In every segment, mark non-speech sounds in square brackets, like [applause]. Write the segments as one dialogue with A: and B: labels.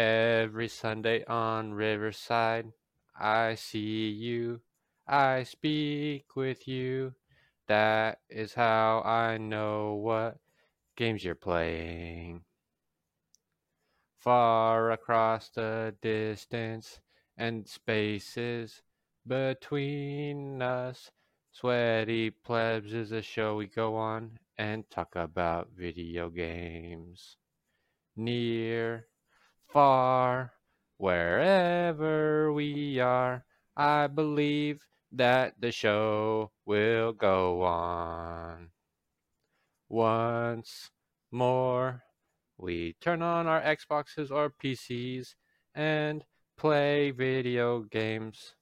A: every Sunday on Riverside. I see you. I speak with you. That is how I know what games you're playing. Far across the distance and spaces between us, Sweaty Plebs is a show we go on and talk about video games. Near, far, wherever we are, I believe that the show will go on. Once more, we turn on our Xboxes or PCs and play video games.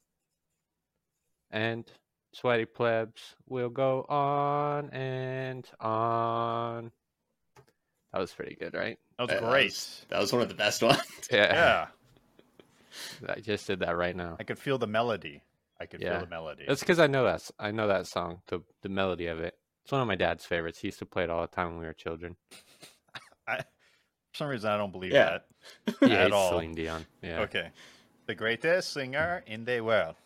A: And sweaty plebs will go on and on. That was pretty good, right? [laughs]
B: That
C: Uh,
B: was
C: that
B: great. [laughs]
C: was- That was one of the best [laughs] ones.
B: yeah,
A: I just did that right now.
B: I could feel the melody. I could
A: Yeah.
B: feel the melody.
A: That's because I know that s- I know that song, the the melody of it. It's one of my dad's favorites. He used to play it all the time when we were children.
B: For some reason, I don't believe
C: Yeah.
B: that.
A: He
B: [coughs] At
A: hates
B: all.
A: Celine Dion. Yeah.
B: Okay, the greatest singer in the world.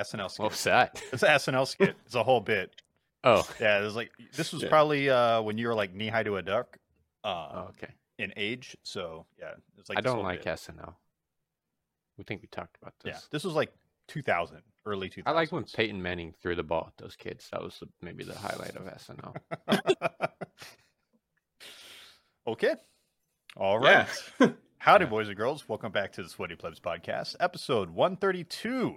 B: SNL skit.
A: What was that? [laughs]
B: It's an SNL skit. It's a whole bit.
A: Oh.
B: Yeah, it was like this was
C: Yeah.
B: probably uh, when you were like knee high to a duck uh,
A: oh okay.
B: in age. So yeah, it was like
A: I
B: this
A: don't
B: whole
A: like
B: bit.
A: SNL. We think we talked about this.
B: Yeah, this was like 2000, early 2000s.
A: I like when Peyton Manning threw the ball at those kids. That was the, maybe the highlight of
B: [laughs]
A: SNL.
B: okay. All right.
C: Yeah. [laughs]
B: Howdy, boys and girls. Welcome back to the Sweaty Plebs Podcast, episode 132.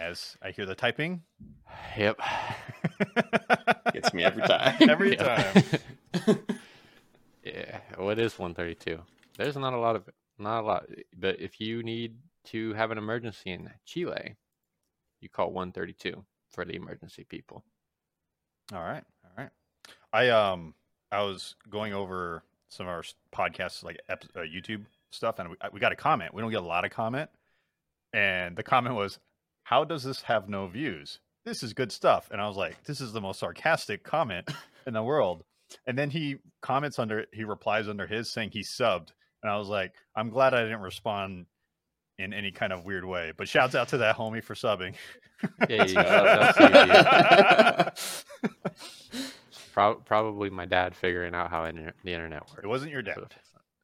B: As I hear the typing. [laughs]
A: yep.
C: Gets me every time.
B: [laughs] Every
A: Yep.
B: time.
A: [laughs] yeah. What is 132? There's not a lot of not a lot, but if you need to have an emergency in Chile, you call 132 for the emergency people.
B: All right. All right. I um I was going over some of our s- podcasts like ep- uh, YouTube stuff and we, I- we got a comment. We don't get a lot of comment. And the comment was, "How does this have no views? This is good stuff." And I was like, "This is the most sarcastic comment in the world." And then he comments under he replies under his saying he subbed. And I was like, "I'm glad I didn't respond in any kind of weird way." But shouts out to that homie for subbing.
A: Yeah,
B: [laughs]
A: you-
C: Uh,
A: that's- that's you. Pro- probably my dad figuring out how inter- the internet works.
B: It wasn't your dad.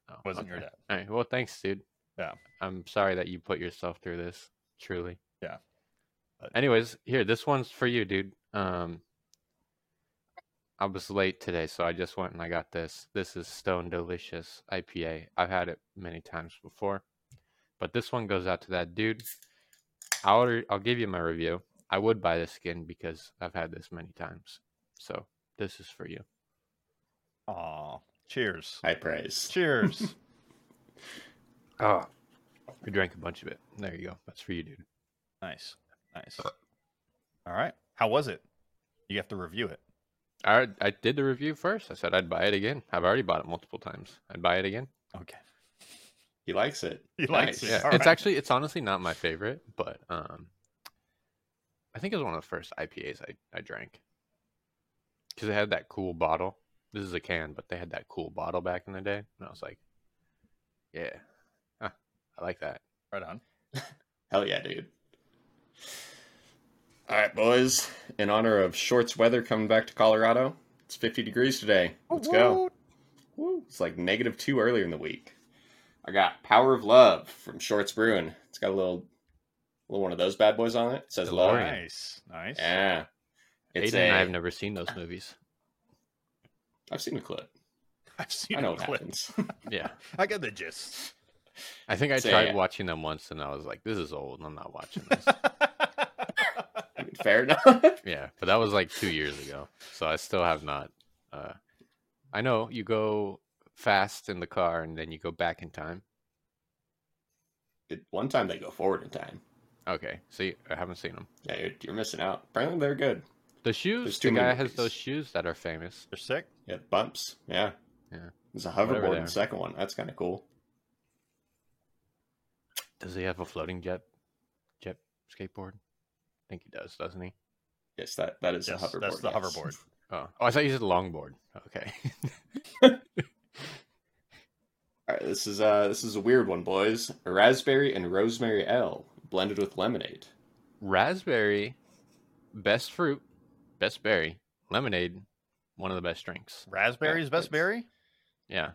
A: Oh,
B: Wasn't your
A: okay.
B: dad.
A: All right. Well, thanks, dude.
B: Yeah.
A: I'm sorry that you put yourself through this. Truly.
B: Yeah. But-
A: Anyways, here, this one's for you, dude. Um, I was late today, so I just went and I got this. This is Stone Delicious IPA. I've had it many times before, but this one goes out to that dude. I'll order, I'll give you my review. I would buy this skin because I've had this many times. So this is for you.
B: Aw, cheers.
C: [laughs] High praise.
B: [laughs] Cheers.
A: Oh, I drank a bunch of it. There you go. That's for you, dude.
B: nice. Nice. All right. How was it? You have to review it.
A: I I did the review first. I said I'd buy it again. I've already bought it multiple times. I'd buy it again.
B: Okay.
C: He likes it.
B: He likes it.
A: Yeah,
B: All
A: it's
B: right.
A: actually it's honestly not my favorite, but um, I think it was one of the first IPAs I I drank because they had that cool bottle. This is a can, but they had that cool bottle back in the day, and I was like, yeah, huh, I like that.
B: Right on.
C: Hell yeah, dude. All right, boys. In honor of shorts weather coming back to Colorado, it's 50 degrees today. Let's go. Woo. It's like negative two earlier in the week. I got Power of Love from Shorts Brewing. It's got a little, little one of those bad boys on it. It says love.
A: DeLorean.
B: Nice. Nice.
C: Yeah. It's
A: Aiden
C: a,
A: and I
C: I
A: have never seen those movies.
C: have seen the clip.
B: [laughs] I've seen
C: I know
B: it.
C: what happens. [laughs]
A: Yeah,
B: I got the gist.
A: I think I
C: So,
A: tried
C: yeah.
A: watching them once, and I was like, this is old, and I'm not watching this.
C: I mean, fair [laughs] enough.
A: Yeah, but that was like two years ago, so I still have not. Uh, I know you go fast in the car and then you go back in time.
C: It, one time they go forward in time.
A: Okay, see, I haven't seen them.
C: Yeah, you're, you're missing out. Apparently they're good.
A: The shoes.
C: There's
A: The
C: too
A: guy
C: many
A: has those
C: movies.
A: shoes that are famous.
B: You're sick?
C: Yeah, bumps. Yeah.
A: Yeah.
C: There's a
A: Whatever
C: hoverboard
A: they
C: in
A: are.
C: the second one. That's kind of cool.
A: Does he have a floating jet, jet skateboard? I think he does, doesn't he?
C: Yes, that, that is
B: Yes,
C: the hoverboard.
B: that's the
C: yes. [laughs]
B: hoverboard.
A: Oh, oh I thought you said longboard. Okay.
C: All right, this is uh this is a weird one, boys. Raspberry and rosemary L blended with lemonade.
A: [laughs] Raspberry, best fruit, best berry. Lemonade, one of the best drinks.
B: Raspberries, best
C: it's-
B: berry.
A: Yeah.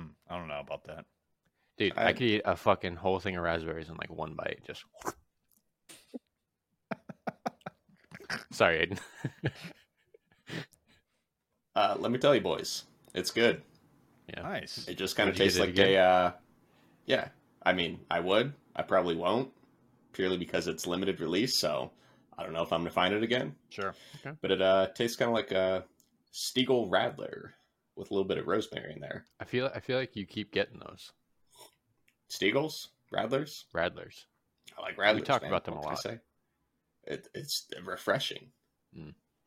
B: Hmm, I don't know about that.
A: Dude, I
C: I'd-
A: could eat a fucking whole thing of raspberries in like one bite. Just. Sorry, Aiden.
C: Uh, let me tell you, boys, it's good.
A: Yeah.
B: Nice.
C: It just kind of
A: Would you get
C: tastes
A: it
C: like
A: again?
C: a. Uh, yeah, I mean, I would. I probably won't, purely because it's limited release. So I don't know if I'm gonna find it again.
B: Sure.
C: But it uh, tastes kind of like a Stiegel Radler with a little bit of rosemary in there.
A: I feel I feel like you keep getting those
C: Stiegels, Radlers.
A: Radlers.
C: I like Radlers.
A: talk
C: man.
A: about them
C: What
A: a
C: can I
A: lot.
C: say? It, it's refreshing.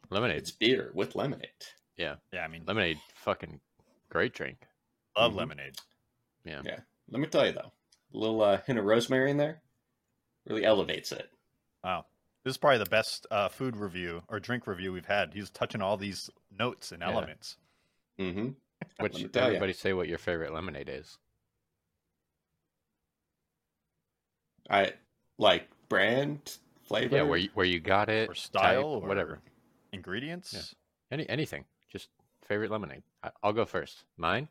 A: Lemonade.
C: It's beer with lemonade.
B: Yeah, I mean,
A: lemonade, fucking great drink.
B: love
C: Mhm.
B: lemonade.
C: Let me tell you though, a little uh, hint of rosemary in there really elevates it.
B: Wow. This is probably the best uh, food review or drink review we've had. He's touching all these notes and
A: Yeah.
B: elements.
C: Mm-hmm.
A: [laughs] Which
C: me tell ya.
A: everybody say what your favorite lemonade is.
C: I like brand flavor.
A: Yeah, where you, where you got it,
B: Or
A: type,
B: style, or-
A: whatever,
B: Ingredients.
A: any anything, just favorite lemonade. I, I'll go first. Mine,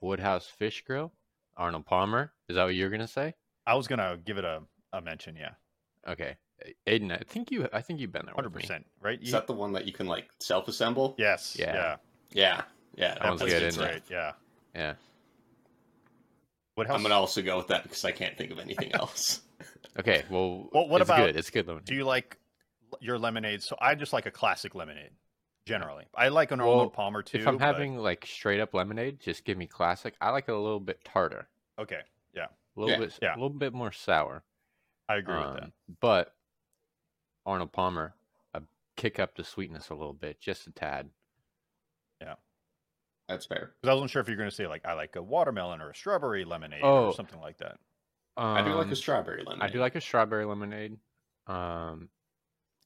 A: Woodhouse Fish Grill, Arnold Palmer. Is that what you're gonna say?
B: I was gonna give it a, a mention. Yeah,
A: Okay, A- Aiden, I think you, I think you've been there.
B: hundred
A: with me.
B: percent. Right?
C: is
B: You-
C: that the one that you can like self assemble?
B: yes.
A: Yeah.
B: Yeah.
C: yeah, yeah.
A: That one's
C: place
A: good,
C: is
A: isn't it?
C: great.
B: Right. Yeah.
A: Yeah,
B: What else?
C: I'm gonna also go with that because I can't think
A: [laughs]
C: of anything else.
A: Okay, well,
B: Well, what
A: it's
B: about-
A: good? It's good lemonade.
B: Do you like l- your lemonade? So I just like a classic lemonade. Generally, I like an
A: Well,
B: Arnold Palmer too.
A: if I'm
B: but-
A: having like straight up lemonade, just give me classic. I like it a little bit tartar,
B: okay,
A: a little
C: Yeah,
A: bit,
B: yeah.
A: a little bit more sour.
B: I agree with that.
A: Um, But Arnold Palmer, I kick up the sweetness a little bit, just a tad.
C: That's fair.
B: Because I wasn't sure if you were gonna say like I like a watermelon or a strawberry lemonade
A: Oh.
B: or something like that.
C: I do like
A: Um,
C: a strawberry
A: I
C: lemonade.
A: do like a strawberry lemonade. Um,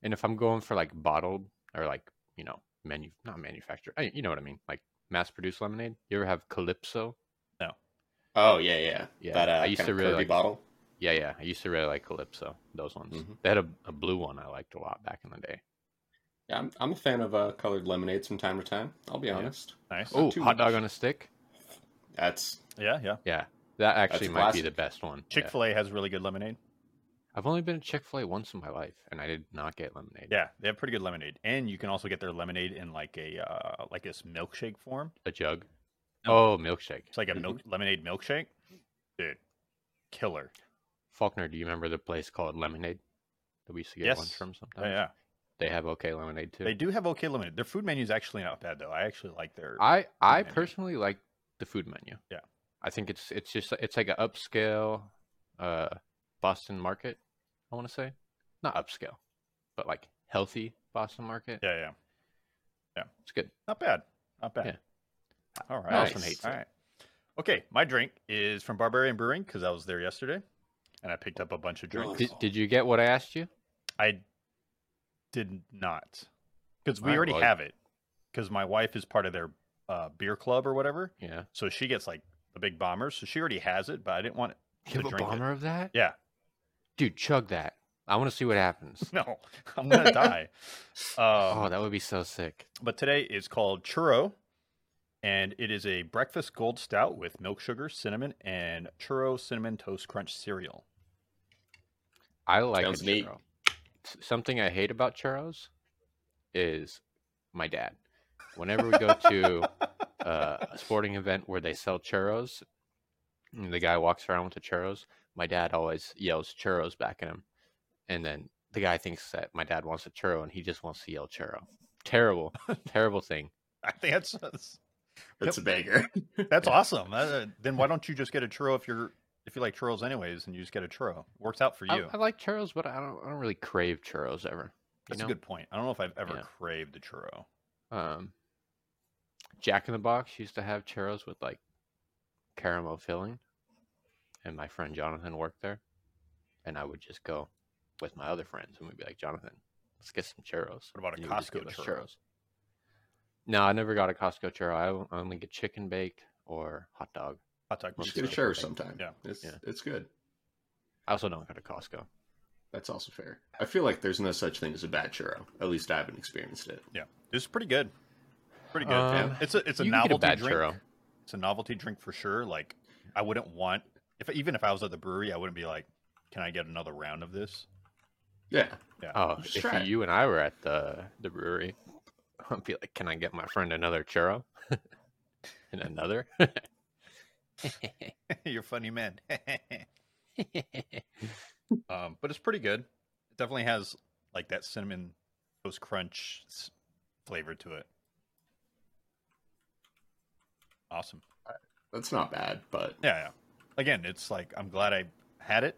A: and if I'm going for like bottled or like you know menu, not manufactured, I, you know what I mean, like mass produced lemonade. You ever have Calypso?
C: Oh yeah, yeah.
A: Yeah,
C: That uh,
A: I used to
C: kinda
A: really
C: curvy
A: like-
C: bottle.
A: Yeah, yeah. I used to really like Calypso. Those ones.
B: Mm-hmm.
C: Mhm.
A: They had a, a blue one I liked a lot back in the day.
C: Yeah, I'm, I'm a fan of uh, colored lemonades from time to time. I'll be
A: Yeah.
C: honest.
B: Nice.
A: Oh,
C: too
A: hot dog
C: much.
A: on a stick.
C: That's
B: Yeah, yeah.
A: Yeah, that actually
C: a
A: might be the
C: classic.
A: best one. Yeah.
B: Chick Fil A has really good lemonade.
A: I've only been to Chick Fil A once in my life, and I did not get lemonade.
B: Yeah, they have pretty good lemonade, and you can also get their lemonade in like a uh, like this milkshake form.
A: a jug.
B: No.
A: Oh, milkshake.
B: It's like a
C: Mhm.
B: milk lemonade milkshake, dude. Killer.
A: Faulkner, do you remember the place called Lemonade that we used to get lunch
B: Yes.
A: from sometimes?
B: Oh, yeah,
A: They have okay lemonade too.
B: they do have okay lemonade. Their food menu is actually not bad though. I actually like their.
A: I I
B: menu.
A: personally like the food menu.
B: Yeah.
A: I think it's it's just it's like an upscale uh Boston market, I want to say. Not upscale, but like healthy Boston market.
B: yeah, yeah.
A: It's good.
B: Not bad. Not bad.
A: Yeah.
B: All right.
A: Miles
C: from Hates
B: All right. Okay, my drink is from Barbarian Brewing because I was there yesterday, and I picked up a bunch of drinks.
A: Did, did you get what I asked you?
B: I did not because we
A: Alright,
B: already
A: well-
B: have it because my wife is part of their uh, beer club or whatever,
A: Yeah.
B: so she gets like the big bombers. So she already has it, but I didn't want. [laughs]
A: You have
B: To
A: a
B: drink it.
A: bomber of that?
B: Yeah,
A: Dude, chug that. I want to see what happens.
B: no, I'm
A: [laughs]
B: gonna die. [laughs] Um,
A: oh, that would be so sick.
B: But today is called churro, and it is a breakfast gold stout with milk sugar, cinnamon, and churro cinnamon toast crunch cereal.
A: I like a
C: Sounds neat.
A: churro. S- Something I hate about churros is my dad. Whenever we go
B: [laughs]
A: to uh, a sporting event where they sell churros, and the guy walks around with the churros, my dad always yells churros back at him. And then the guy thinks that my dad wants a churro and he just wants to yell churro. [laughs] Terrible, terrible thing.
B: I think that's that's,
C: that's
B: [laughs]
C: a banger.
B: that's awesome. Uh, then why don't you just get a churro if you're if you like churros anyways, and you just get a churro? Works out for you.
A: I, I like churros, but I don't, I don't really crave churros ever. You
B: that's
A: know?
B: a good point. I don't know if I've ever
A: Yeah.
B: craved a churro.
A: um Jack in the Box used to have churros with like caramel filling, and my friend Jonathan worked there, and I would just go with my other friends, and we'd be like, Jonathan, let's get some churros.
B: What about a
A: And he would just
B: Costco
A: give us
B: churro?
A: No, I never got a Costco churro. I o- only get chicken baked or hot dog.
B: hot dog.
C: [laughs]
A: Let's
C: Just
B: pizza.
C: get a
A: sure.
C: churro sometime.
B: Yeah.
C: It's,
A: Yeah.
C: it's good.
A: I also don't go to Costco.
C: That's also fair. I feel like there's no such thing as a bad churro. At least I haven't experienced it.
B: It's pretty good. Pretty good.
A: Um,
B: yeah. It's a it's a
A: you can get
B: novelty
A: a bad
B: drink.
A: churro.
B: It's a novelty drink for sure. Like I wouldn't want if even if I was at the brewery, I wouldn't be like, can I get another round of this? [laughs]
C: Yeah.
A: Oh,
C: Just
A: if
C: try it.
A: you and I were at the the brewery, [laughs] I'd be like, "Can I get my friend another churro?" [laughs] and
B: [laughs]
A: another.
B: You're a funny man. [laughs] um, but it's pretty good. It definitely has like that cinnamon toast crunch s- flavor to it. Awesome.
C: That's not bad, but
B: Yeah, yeah. Again, it's like I'm glad I had it,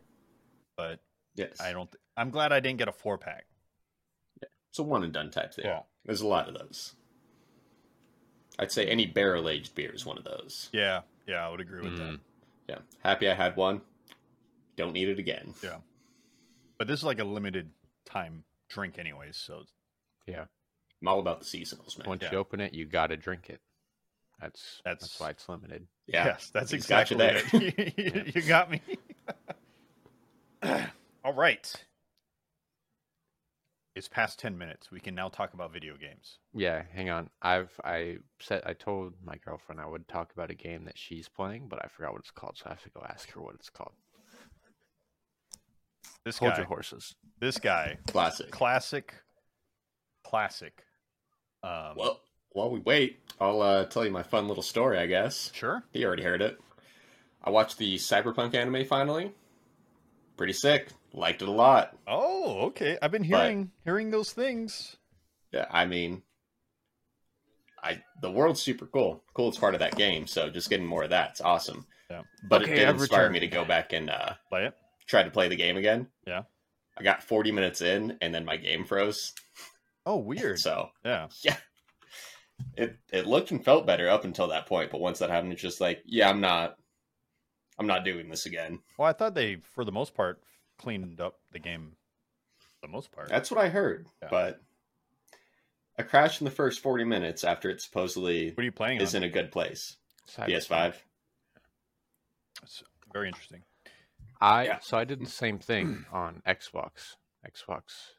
B: but
C: yes.
B: I don't. Th- I'm glad I didn't get a four pack.
C: It's a one and done type thing.
B: Yeah.
C: There's a lot of those. I'd say any barrel aged beer is one of those.
B: Yeah, yeah, I would agree with that.
A: Mm.
C: Yeah. Happy I had one. Don't need it again.
B: Yeah. But this is like a limited time drink, anyways. So it's-
C: I'm all about the seasonals, man.
A: Once
B: Yeah.
A: you open it, you gotta drink it. That's that's,
B: That's-
A: why it's limited.
C: Yeah.
B: yes, that's
C: He's got
B: exactly
C: you
B: it. You- [laughs]
C: [laughs]
B: you got me. [clears throat] All right. It's past ten minutes. We can now talk about video games.
A: Yeah, hang on. I've I said I told my girlfriend I would talk about a game that she's playing, but I forgot what it's called, so I have to go ask her what it's called.
B: This
A: Hold
B: guy,
A: your horses.
B: this guy,
C: Classic.
B: classic, classic. Um,
C: well, while we wait, I'll uh, tell you my fun little story, I guess.
B: sure.
C: You already heard it. I watched the Cyberpunk anime finally. Pretty sick. Liked it a lot.
B: Oh, okay. I've been hearing hearing those things.
C: Yeah, I mean, I the world's super cool. Cool, it's part of that game. So just getting more of that, it's awesome.
B: Yeah.
C: But
A: Okay,
C: it did
A: I've
C: inspire me to
A: returned.
C: go back and uh,
B: Play it.
C: try to play the game again.
B: Yeah.
C: I got 40 minutes in, and then my game froze.
B: Oh, weird.
C: So
B: Yeah.
C: it it looked and felt better up until that point, but once that happened, it's just like, yeah, I'm not, I'm not doing this again.
B: Well, I thought they, for the most part, cleaned up the game. For the most part.
C: That's what I heard.
B: Yeah.
C: But I crashed in the first 40 minutes after it supposedly
B: what are you playing?
C: is
B: on?
C: in a good place.
A: Cyber-
C: PS5.
B: It's very interesting.
A: I
C: Yeah.
A: so I did the same thing on Xbox, Xbox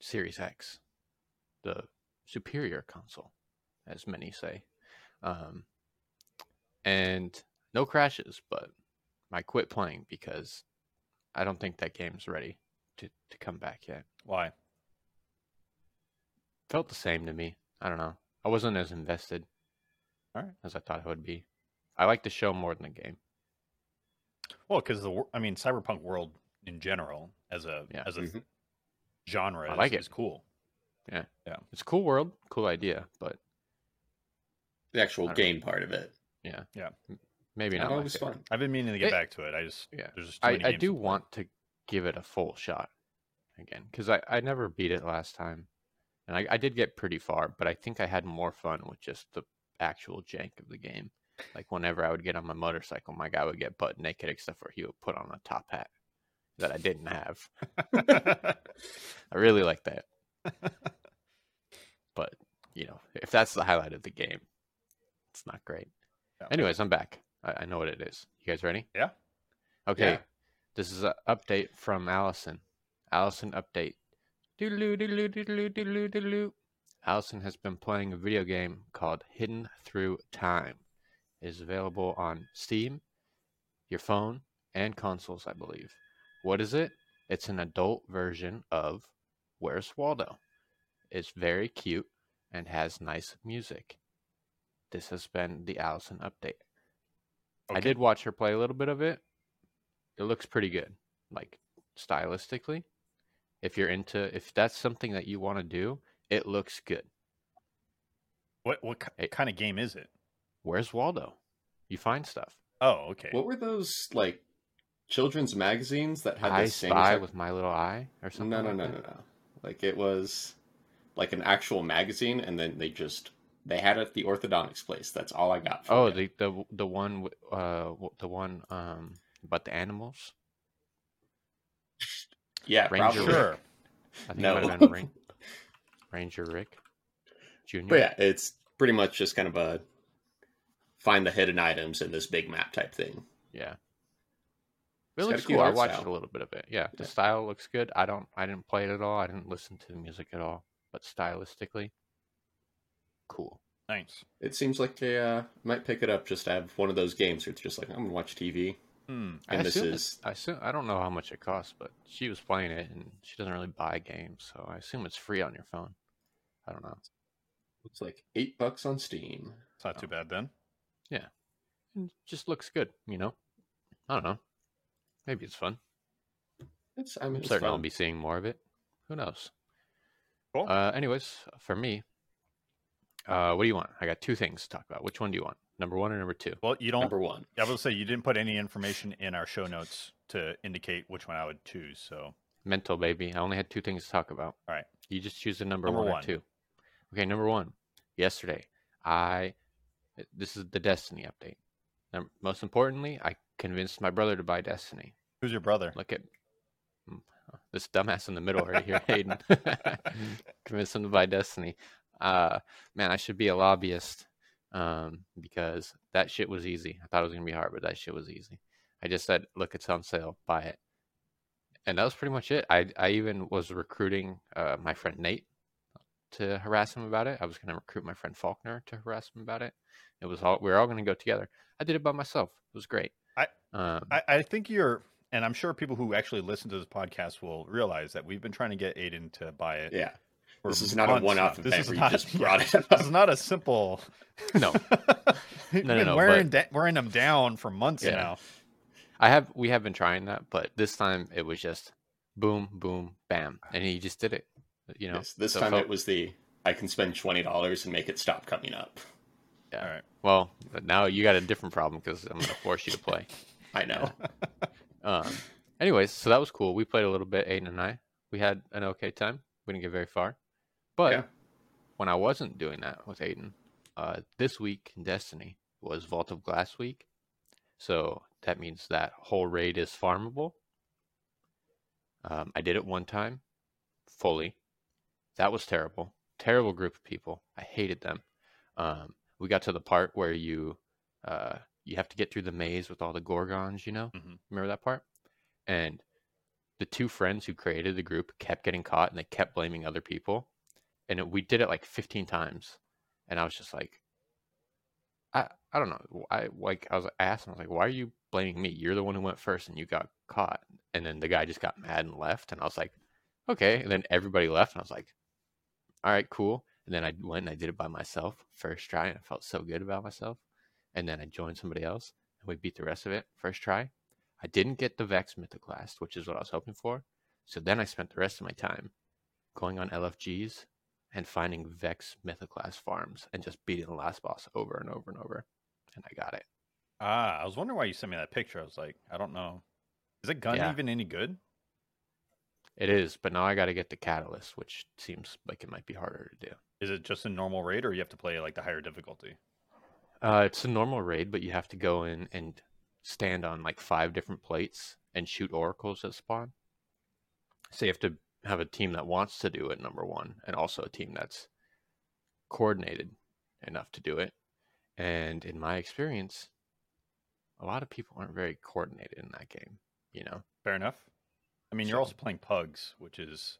A: Series X, the superior console, as many say, um, and no crashes. But I quit playing because I don't think that game's ready to to come back yet.
B: Why?
A: Felt the same to me. I don't know. I wasn't as invested
B: Alright.
A: as I thought I would be. I like the show more than the game.
B: Well, because the wor- I mean, cyberpunk world in general, as a
A: Yeah.
B: as a
C: Mhm.
B: genre,
A: I like
B: is,
A: it.
B: is cool.
A: It's a cool world, cool idea, but
C: The actual
A: I don't
C: game part of it.
A: maybe
C: That
A: not. my
C: always
A: favorite.
C: fun.
B: I've been meaning to get
A: It-
B: back to it. I just
A: Yeah.
B: there's just too
A: I,
B: many
A: I
B: games
A: do
B: to [laughs] play.
A: want to give it a full shot again because I, I never beat it last time. And I, I did get pretty far, but I think I had more fun with just the actual jank of the game. Like whenever I would get on my motorcycle, my guy would get butt naked except for he would put on a top hat that I didn't have. I really like that. but, you know, if that's the highlight of the game, it's not great.
B: Yeah.
A: Anyways, I'm back. I, I know what it is. You guys ready?
B: Yeah.
A: Okay.
C: Yeah.
A: This is an update from Allison. Allison update. Doodaloo, doodaloo, doodaloo, doodaloo, doodaloo. Allison has been playing a video game called Hidden Through Time. It is available on Steam, your phone, and consoles, I believe. What is it? It's an adult version of Where's Waldo? It's very cute and has nice music. This has been the Allison update. I
B: Okay.
A: did watch her play a little bit of it. It looks pretty good, like stylistically. If you're into, if that's something that you want to do, it looks good.
B: What what ki-
A: Hey.
B: kind of game is it?
A: Where's Waldo? You find stuff.
B: Oh, okay.
C: What were those like children's magazines that had
A: I
C: the same
A: spy
C: exact-
A: with my little eye or something.
C: No, no,
A: like
C: no,
A: that?
C: no, no. Like it was like an actual magazine, and then they just they had it at the orthodontics place. That's all I got. For
A: Oh, the
C: it.
A: the the one wi- uh w- the one um about the animals.
C: yeah,
A: Ranger
C: probably.
B: sure.
A: I think it
C: No.
A: might have been
C: [laughs]
A: Ran- Ranger Rick Junior.
C: But yeah, it's pretty much just kind of a find the hidden items in this big map type thing.
A: Yeah. It
C: It's got
A: looks
C: a cute
A: cool. I
C: art
A: watched
C: style.
A: a little bit of it. Yeah, the
C: Yeah.
A: style looks good. I don't. I didn't play it at all. I didn't listen to the music at all. But stylistically, cool.
B: Thanks.
C: It seems like I uh, might pick it up just to have one of those games where it's just like I'm gonna watch TV.
B: Hmm.
C: And
A: I
C: this
A: assume it-
C: is-
A: I assume, I don't know how much it costs, but she was playing it, and she doesn't really buy games, so I assume it's free on your phone. I don't know.
C: It's like eight bucks on Steam.
B: It's
A: Oh.
B: not too bad then.
A: It just looks good, you know. I don't know. Maybe it's fun.
C: It's I mean,
A: I'm
C: it's
A: certain I'll
C: fun.
A: be seeing more of it. Who knows?
B: Cool.
A: Uh, anyways, for me, uh, what do you want? I got two things to talk about. Which one do you want? Number one or number two?
B: well, you don't.
C: number one.
B: I will say you didn't put any information in our show notes to indicate which one I would choose. So
A: Mental baby. I only had two things to talk about.
B: All right.
A: You just choose the number,
B: Number
A: one,
B: one.
A: or two. Okay, number one. Yesterday, I this is the Destiny update. Now, most importantly, I convinced my brother to buy Destiny.
B: who's your brother?
A: Look at mm, this dumbass in the middle right
B: [laughs]
A: here, Hayden. [laughs] Convince him to buy Destiny. Uh, man, I should be a lobbyist um, because that shit was easy. I thought it was gonna be hard, but that shit was easy. I just said, "Look, it's on sale. Buy it," and that was pretty much it. I I even was recruiting uh, my friend Nate to harass him about it. I was gonna recruit my friend Faulkner to harass him about it. It was all we were all gonna go together. I did it by myself. It was great.
B: I-
A: um,
B: I, I think you're, and I'm sure people who actually listen to this podcast will realize that we've been trying to get Aiden to buy it.
C: Yeah,
B: for
C: this is not a
B: months
C: one-off
B: now.
C: event where you
B: [laughs]
C: just
B: yeah,
C: brought it up.
B: This is not a
C: [laughs]
B: simple.
A: [laughs] No.
B: [laughs] You've
A: no,
B: been
A: no,
B: wearing da- wearing them down for months
A: Yeah.
B: now.
A: I have we have been trying that, but this time it was just boom, boom, bam, and he just did it. You know,
C: Yes, this
A: so
C: time
A: felt-
C: it was the I can spend twenty dollars and make it stop coming up.
A: Yeah.
B: All right.
A: Well, now you got a different problem because I'm going to force you to play.
C: I know.
A: Um, anyways, so that was cool. We played a little bit, Aiden and I. We had an okay time. We didn't get very far, but
C: Yeah.
A: when I wasn't doing that with Aiden, uh, this week in Destiny was Vault of Glass week, so that means that whole raid is farmable. Um, I did it one time, fully. That was terrible. Terrible group of people. I hated them. Um, we got to the part where you uh, you have to get through the maze with all the gorgons. You know,
B: Mhm.
A: remember that part? And the two friends who created the group kept getting caught, and they kept blaming other people. And it, we did it like 15 times, and I was just like, I I don't know. I like I was I asked him I was like, why are you blaming me? You're the one who went first, and you got caught. And then the guy just got mad and left, and I was like, okay. And then everybody left, and I was like, all right, cool. And then I went and I did it by myself first try, and I felt so good about myself. And then I joined somebody else, and we beat the rest of it first try. I didn't get the Vex Mythic last, which is what I was hoping for. So then I spent the rest of my time going on LFGs and finding Vex Mythic class farms and just beating the last boss over and over and over. And I got it.
B: Ah, I was wondering why you sent me that picture. I was like, I don't know. Is that gun
A: Yeah.
B: even any good?
A: It is, but now I got to get the catalyst, which seems like it might be harder to do.
B: Is it just a normal raid, or you have to play like the higher difficulty?
A: Uh, it's a normal raid, but you have to go in and stand on like five different plates and shoot oracles that spawn. So you have to have a team that wants to do it, number one, and also a team that's coordinated enough to do it. And in my experience, a lot of people aren't very coordinated in that game, you know?
B: Fair enough. I mean, you're
A: So-
B: also playing pugs, which is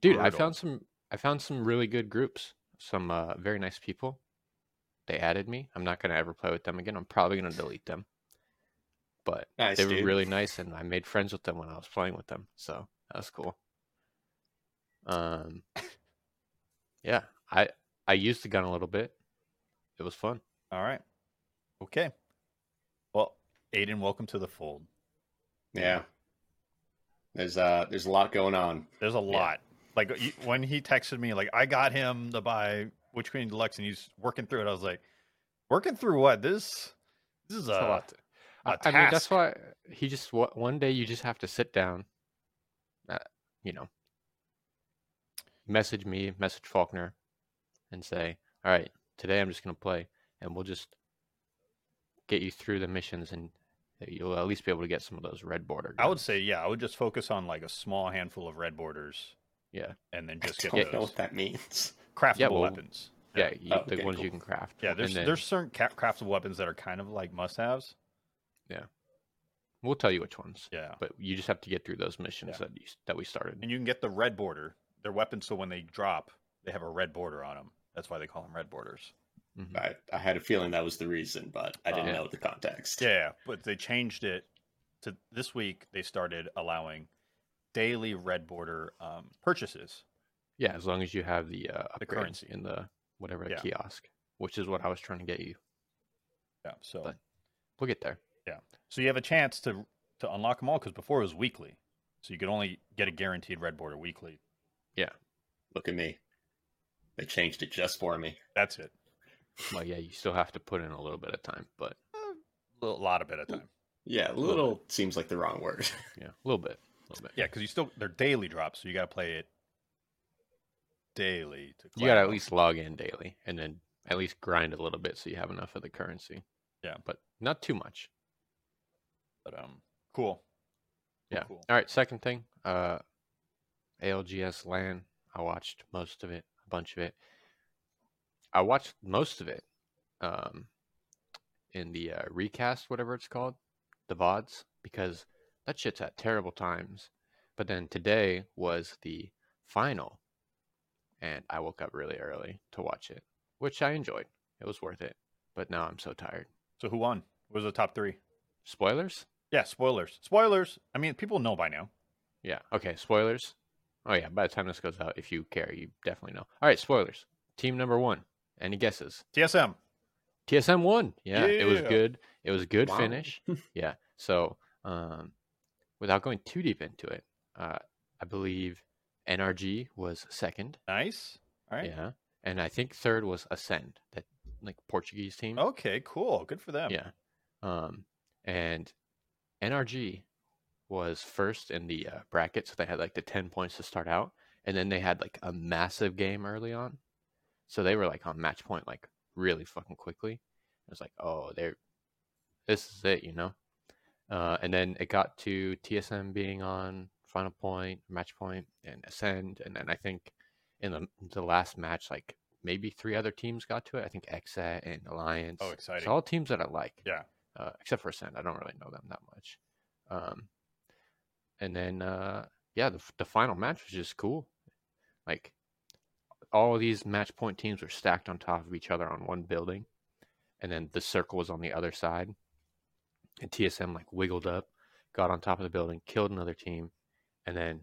A: dude i
B: brutal.
A: found some i found some really good groups some uh, very nice people they added me i'm not going to ever play with them again i'm probably going to delete them but
C: Nice,
A: they were
C: dude.
A: really nice and i made friends with them when i was playing with them so that was cool um [laughs] yeah i i used the gun a little bit it was fun
B: all right. Okay. Well, Aiden, welcome to the fold.
C: yeah. There's uh there's a lot going on.
B: There's a lot. Like you, when he texted me, like I got him to buy Witch Queen Deluxe, and he's working through it. I was like, working through what? This, this is a,
A: It's a lot. to- I,
B: uh, a
A: I mean, that's
B: task.
A: why he just wa- one day you just have to sit down. Uh, you know, message me, message Faulkner, and say, "All right, today I'm just gonna play, and we'll just get you through the missions, and that you'll at least be able to get some of those red border."
B: I would
A: guns."
B: say, yeah, I would just focus on like a small handful of red borders.
A: Yeah.
B: and then just
C: [laughs] I
B: get
C: don't know
B: those
C: what that means.
B: craftable
A: Yeah, well-
B: weapons.
A: Yeah, you,
C: Oh,
A: the
C: okay,
A: ones
C: cool.
A: you can craft.
B: Yeah,
A: And
B: there's
A: then
B: there's certain ca- craftable weapons that are kind of like must-haves.
A: We'll tell you which ones,
B: Yeah,
A: but you just have to get through those missions
B: Yeah.
A: that you, that we started.
B: and you can get the red border. They're weapons, so when they drop, they have a red border on them. That's why they call them red borders.
A: Mhm.
C: I, I had a feeling that was the reason, but I didn't
A: Yeah.
C: know the context.
B: Yeah, but they changed it to this week. They started allowing daily red border um, purchases.
A: Yeah, as long as you have the uh, upgrades
B: currency.
A: in the whatever
B: Yeah.
A: kiosk, which is what I was trying to get you.
B: Yeah, so
A: But- We'll get there.
B: so you have a chance to to unlock them all because before it was weekly, so you could only get a guaranteed red border weekly.
C: Look at me. They changed it just for me.
B: That's it.
A: Well, yeah, you still have to put in a little bit of time, but
B: A lot of it at a time.
C: Yeah, little seems like the wrong word.
A: yeah, a little bit, a little bit.
B: Yeah, because you still they're daily drops, so you got to play it daily. To
A: you gotta
B: collect
A: at
B: them.
A: least log in daily, and then at least grind a little bit so you have enough of the currency.
B: Yeah.
A: but not too much.
B: But, um, cool.
A: Yeah.
B: Cool.
A: All right. Second thing, uh, ALGS LAN. I watched most of it, a bunch of it. I watched most of it um, in the uh, recast, whatever it's called, the VODs, because that shit's at terrible times. But then today was the final, and I woke up really early to watch it, which I enjoyed. It was worth it. But now I'm so tired.
B: So who won? What was the top three?
A: Spoilers?
B: Yeah, spoilers. Spoilers. I mean, people know by now.
A: Yeah. Okay. Spoilers. Oh yeah. By the time this goes out, if you care, you definitely know. All right. Spoilers. Team number one. Any guesses?
B: TSM.
A: TSM won. Yeah. It was
B: Yeah.
A: good. It was a good
C: Wow.
B: [laughs]
A: finish. yeah. So, um, without going too deep into it, uh, I believe NRG was second.
B: Nice. All right.
A: Yeah. And I think third was Ascend, that like Portuguese team.
B: Okay. Cool. Good for them.
A: Yeah. Um, and NRG was first in the uh, bracket, so they had like the 10 points to start out. And then they had like a massive game early on. So they were like on match point, like really fucking quickly. It was like, oh, they're, this is it, you know? Uh, and then it got to TSM being on final point, match point, and ascend. And then I think in the, the last match, like maybe three other teams got to it. I think Exa and Alliance.
B: Oh,
A: It's
B: exciting.
A: all teams that I like.
B: Yeah.
A: Uh, except for Ascend, I don't really know them that much. Um, and then uh, yeah, the f- the final match was just cool. Like all of these match point teams were stacked on top of each other on one building, and then the circle was on the other side. And TSM like wiggled up, got on top of the building, killed another team, and then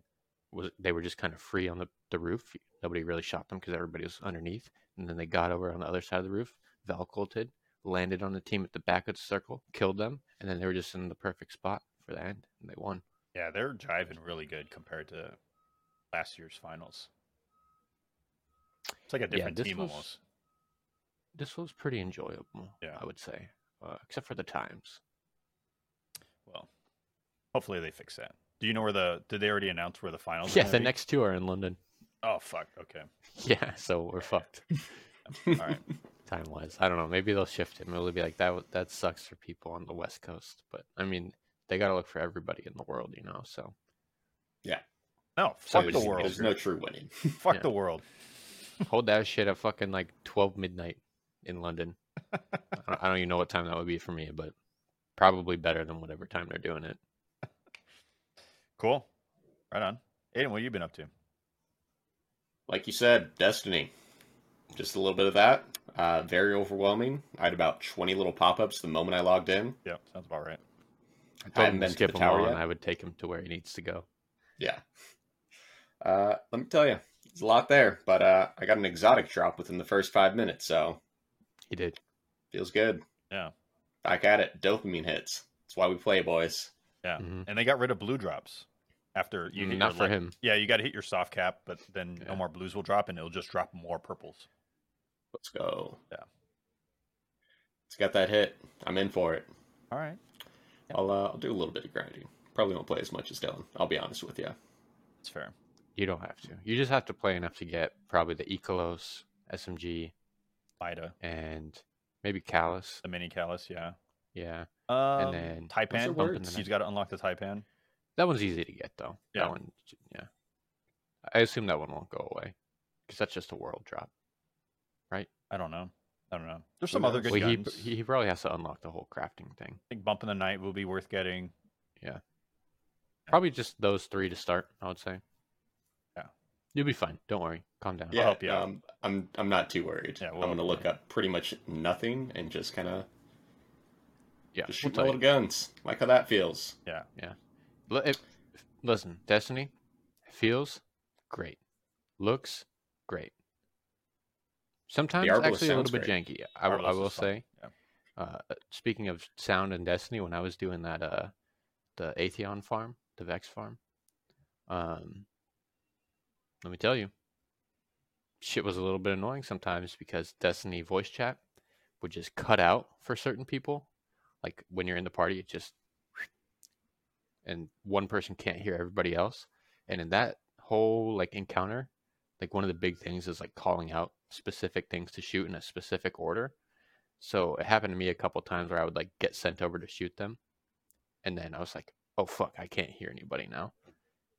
A: was they were just kind of free on the, the roof. Nobody really shot them because everybody was underneath. And then they got over on the other side of the roof, Valcolted, landed on the team at the back of the circle, killed them, and then they were just in the perfect spot for the end, and they won.
B: Yeah, they're driving really good compared to last year's finals. It's like a
A: Yeah,
B: different
A: this
B: team
A: was-
B: almost.
A: This was pretty enjoyable,
B: Yeah.
A: I would say, uh, except for the times.
B: Well, hopefully they fix that. Do you know where the? Did they already announce where the finals? are
A: yeah,
B: gonna
A: the
B: be?
A: next two are in London.
B: Oh fuck. Okay.
A: [laughs] Yeah, so we're fucked
B: All right.
A: time wise. I don't know. Maybe they'll shift it. Maybe it'll be like that. w- That sucks for people on the West Coast, but I mean, they got to look for everybody in the world, you know. So
B: No.
A: So
B: Fuck
A: it's-
B: the
A: it's
B: world.
C: [laughs] There's no true winning.
B: [laughs] Fuck
A: yeah.
B: the world.
A: hold that shit at fucking like twelve midnight in London. I don't, I don't even know what time that would be for me, but probably better than whatever time they're doing it.
B: Cool. Right on. Aiden, what you been up to?
C: like you said, Destiny. Just a little bit of that. Uh, very overwhelming. I had about 20 little pop ups the moment I logged in.
B: Yeah, sounds about right.
A: I
C: I
A: told him
C: haven't
A: to
C: been to
A: skip
C: the
A: him all,
C: tower
A: and
C: yet.
A: I would take him to where he needs to go.
C: Yeah. Uh, let me tell you, there's a lot there, but uh, I got an exotic drop within the first five minutes, so
A: He did.
C: feels good.
B: Yeah.
C: Back at it. Dopamine hits. That's why we play, boys.
B: Yeah.
A: Mhm.
B: And they got rid of blue drops after you hit
A: Mm-hmm. Not
B: your
A: for
B: le-
A: him.
B: Yeah, you got to hit your soft cap, but then
A: Yeah.
B: no more blues will drop, and it'll just drop more purples.
C: Let's go.
B: Yeah.
C: It's got that hit. I'm in for it.
B: All right,
C: I'll, uh, I'll do a little bit of grinding. Probably won't play as much as Dylan. I'll be honest with you.
B: that's fair.
A: You don't have to. You just have to play enough to get probably the Ecolos, SMG,
B: Ida,
A: and maybe Callus.
B: the mini callus, yeah.
A: Yeah,
B: Um,
A: then-
C: What's the
B: Taipan,
C: word?
A: Bumping the
B: you've got to unlock the Taipan.
A: that one's easy to get though.
B: Yeah.
A: That one, yeah. I assume that one won't go away because that's just a world drop. right?
B: I don't know. I don't know. There's some other good
A: Well, he,
B: guns.
A: he he probably has to unlock the whole crafting thing.
B: I think Bump in the Night will be worth getting.
A: Probably just those three to start. I would say.
B: Yeah.
A: You'll be fine. Don't worry. Calm down.
C: Yeah,
B: help you out.
C: um, I'm I'm not too worried.
B: Yeah, we'll
C: I'm gonna
B: help
C: look up pretty much nothing and just kind of
A: yeah.
C: just
A: we'll
C: shoot
A: tell
C: my
A: you.
C: little guns. Like how that feels.
A: L- it- listen, Destiny feels great, looks great. Sometimes
C: Arbalest
A: actually a little
C: sounds
A: bit
C: great.
A: janky. I, w- I
B: Arbalest is
A: will
B: fun,
A: say.
B: yeah.
A: Uh, speaking of sound and Destiny, when I was doing that, uh, the Atheon farm, the Vex farm, um, let me tell you, shit was a little bit annoying sometimes because Destiny voice chat would just cut out for certain people. Like when you're in the party, it just and one person can't hear everybody else. And in that whole like encounter, like one of the big things is like calling out specific things to shoot in a specific order. So it happened to me a couple times where I would like get sent over to shoot them. And then I was like, oh fuck, I can't hear anybody now.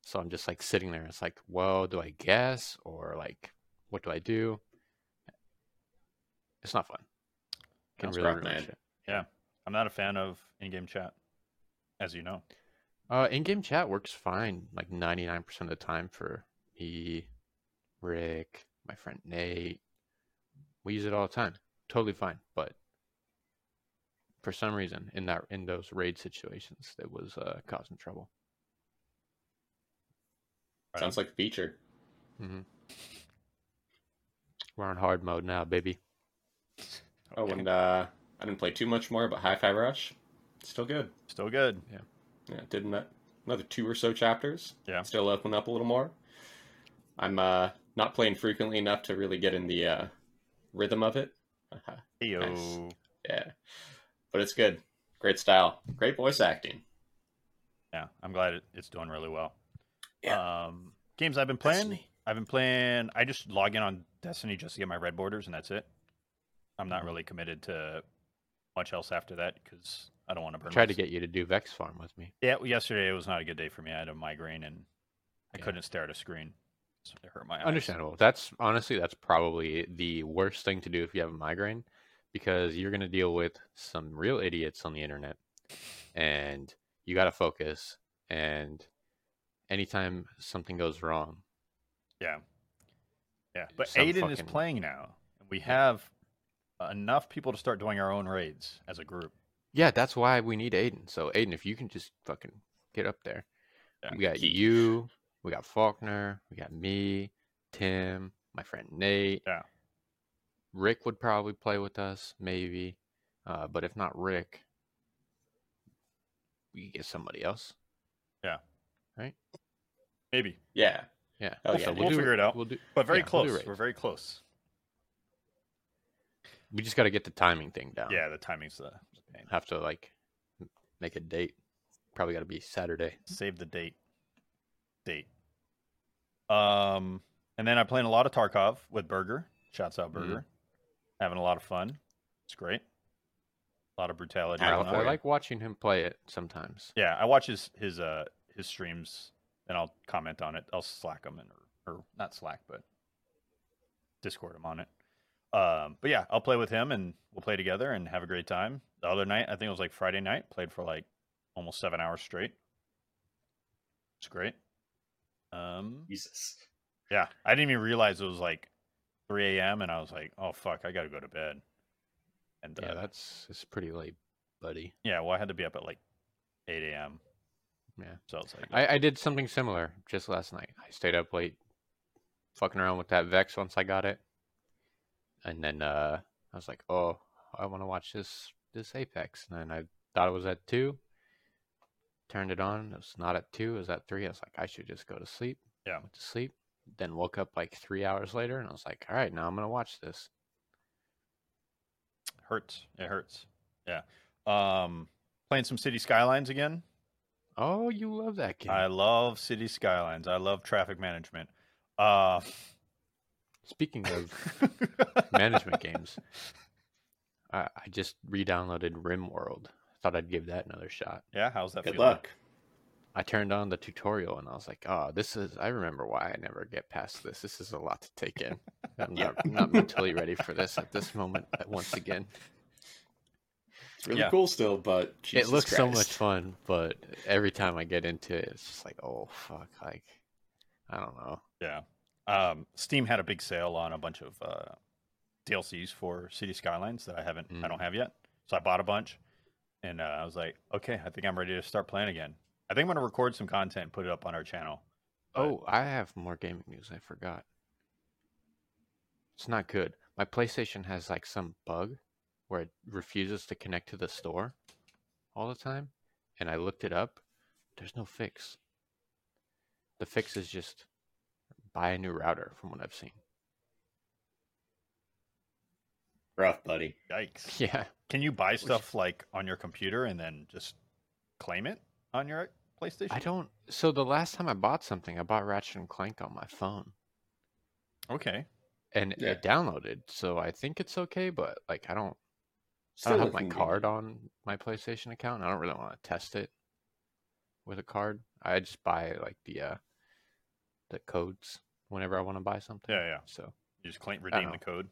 A: So I'm just like sitting there. It's like, well, do I guess or like, what do I do? It's not fun. Can
C: Sounds
A: really
C: rough,
A: ruin
C: man.
A: shit.
B: I'm not a fan of in-game chat, as you know.
A: Uh, in-game chat works fine, like ninety-nine percent of the time for me, Rick, my friend Nate. We use it all the time, totally fine. But for some reason, in that in those raid situations, it was uh, causing trouble.
B: Right
C: Sounds like a feature.
A: hmm We're on hard mode now, baby.
C: Oh,
B: Okay.
C: and uh, I didn't play too much more, but Hi Fi Rush, still good.
B: Still good.
C: Yeah, did ano- another two or so chapters.
B: Yeah.
C: Still open up a little more. I'm uh, not playing frequently enough to really get in the uh, rhythm of it. [laughs] Uh-huh.
B: Heyo.
C: Yeah. But it's good. Great style. Great voice acting.
B: Yeah, I'm glad it, it's doing really well.
C: Yeah.
B: Um, games I've been playing.
C: Destiny.
B: I've been playing. I just log in on Destiny just to get my red borders, and that's it. I'm
A: Mm-hmm.
B: not really committed to much else after that because I don't want to burn.
A: Tried to
B: myself-
A: get you to do Vex Farm with me.
B: Yeah, well, yesterday it was not a good day for me. I had a migraine and I
A: Yeah.
B: couldn't stare at a screen. So it hurt my eyes.
A: Understandable. That's honestly that's probably the worst thing to do if you have a migraine because you're going to deal with some real idiots on the internet and you got to focus and anytime something goes wrong.
B: Yeah, but
A: Some
B: Aiden is
A: fucking-
B: playing now, and we have enough people to start doing our own raids as a group.
A: Yeah, that's why we need Aiden. So Aiden, if you can just fucking get up there.
B: Yeah.
A: We got
C: Yeet.
A: you, we got Faulkner, we got me, Tim, my friend Nate.
B: Yeah.
A: Rick would probably play with us, maybe. Uh, but if not Rick, we could get somebody else.
B: Maybe,
C: Yeah.
A: Yeah.
C: Oh, yeah,
B: we'll figure it out.
A: We'll do,
B: but very
A: Yeah, we'll do
B: close.
A: raids.
B: We're very close.
A: we just got to get the timing thing down.
B: Yeah, the timing's the the pain.
A: Have to like m- make a date. Probably got to be Saturday.
B: Save the date. Date. Um, and then I'm playing a lot of Tarkov with Burger. Shouts out
A: Mhm.
B: Burger. Having a lot of fun. It's great. A lot of brutality.
A: I,
C: Yeah,
B: going
A: I
B: on.
A: like watching him play it sometimes.
B: Yeah, I watch his his uh his streams, and I'll comment on it. I'll Slack him and or, or not Slack, but Discord him on it. Um, but yeah, I'll play with him, and we'll play together and have a great time. The other night, I think it was like Friday night, played for like almost seven hours straight. It's great. Um,
C: Jesus.
B: yeah, I didn't even realize it was like 3 a.m. and I was like, oh fuck, I gotta go to bed. And uh,
A: Yeah, that's it's pretty late, buddy.
B: yeah, well, I had to be up at like 8 a.m.
A: Yeah.
B: so it's like
A: I, I did something similar just last night. I stayed up late fucking around with that Vex once I got it. And then uh, I was like, oh, I want to watch this this Apex. And then I thought it was at 2. Turned it on. It was not at 2. It was at 3. I was like, I should just go to sleep.
B: Yeah.
A: Went to sleep. Then woke up like three hours later and I was like, all right, now I'm going to watch this.
B: hurts. It hurts. Yeah. Um, playing some City Skylines again.
A: Oh, you love that game.
B: I love City Skylines. I love traffic management. Uh, [laughs]
A: Speaking of management games, I, I just re downloaded RimWorld. Thought I'd give that another shot.
B: Yeah, how's that
C: Good
B: feeling?
C: luck.
A: I turned on the tutorial and I was like, oh, this is, I remember why I never get past this. This is a lot to take in. I'm
C: [laughs] Yeah.
A: not, not mentally ready for this at this moment, uh, once again.
C: It's really
B: Yeah.
C: cool still, but Jesus
A: it looks so much
C: Christ.
A: fun, but every time I get into it, it's just like, oh, fuck. Like, I don't know.
B: Yeah. Um, Steam had a big sale on a bunch of uh, DLCs for City Skylines that I haven't, I don't have yet. So I bought a bunch, and uh, I was like, okay, I think I'm ready to start playing again. I think I'm gonna record some content and put it up on our channel. But-
A: Oh, I have more gaming news. I forgot. It's not good. My PlayStation has like some bug where it refuses to connect to the store all the time. And I looked it up. There's no fix. The fix is just buy a new router from what I've seen. [laughs]
C: rough, buddy.
B: Yikes!
A: Yeah.
B: Can you buy stuff like on your computer and then just claim it on your PlayStation?
A: I don't. So the last time I bought something, I bought Ratchet and Clank on my phone.
B: Okay.
A: And
C: Yeah.
A: it downloaded, so I think it's okay. But like, I don't, I don't have my
C: looking good.
A: card on my PlayStation account. and I don't really want to test it with a card. I just buy like the uh the codes whenever I want to buy something.
B: Yeah, yeah.
A: So
B: You just claim, redeem
A: know.
B: the code.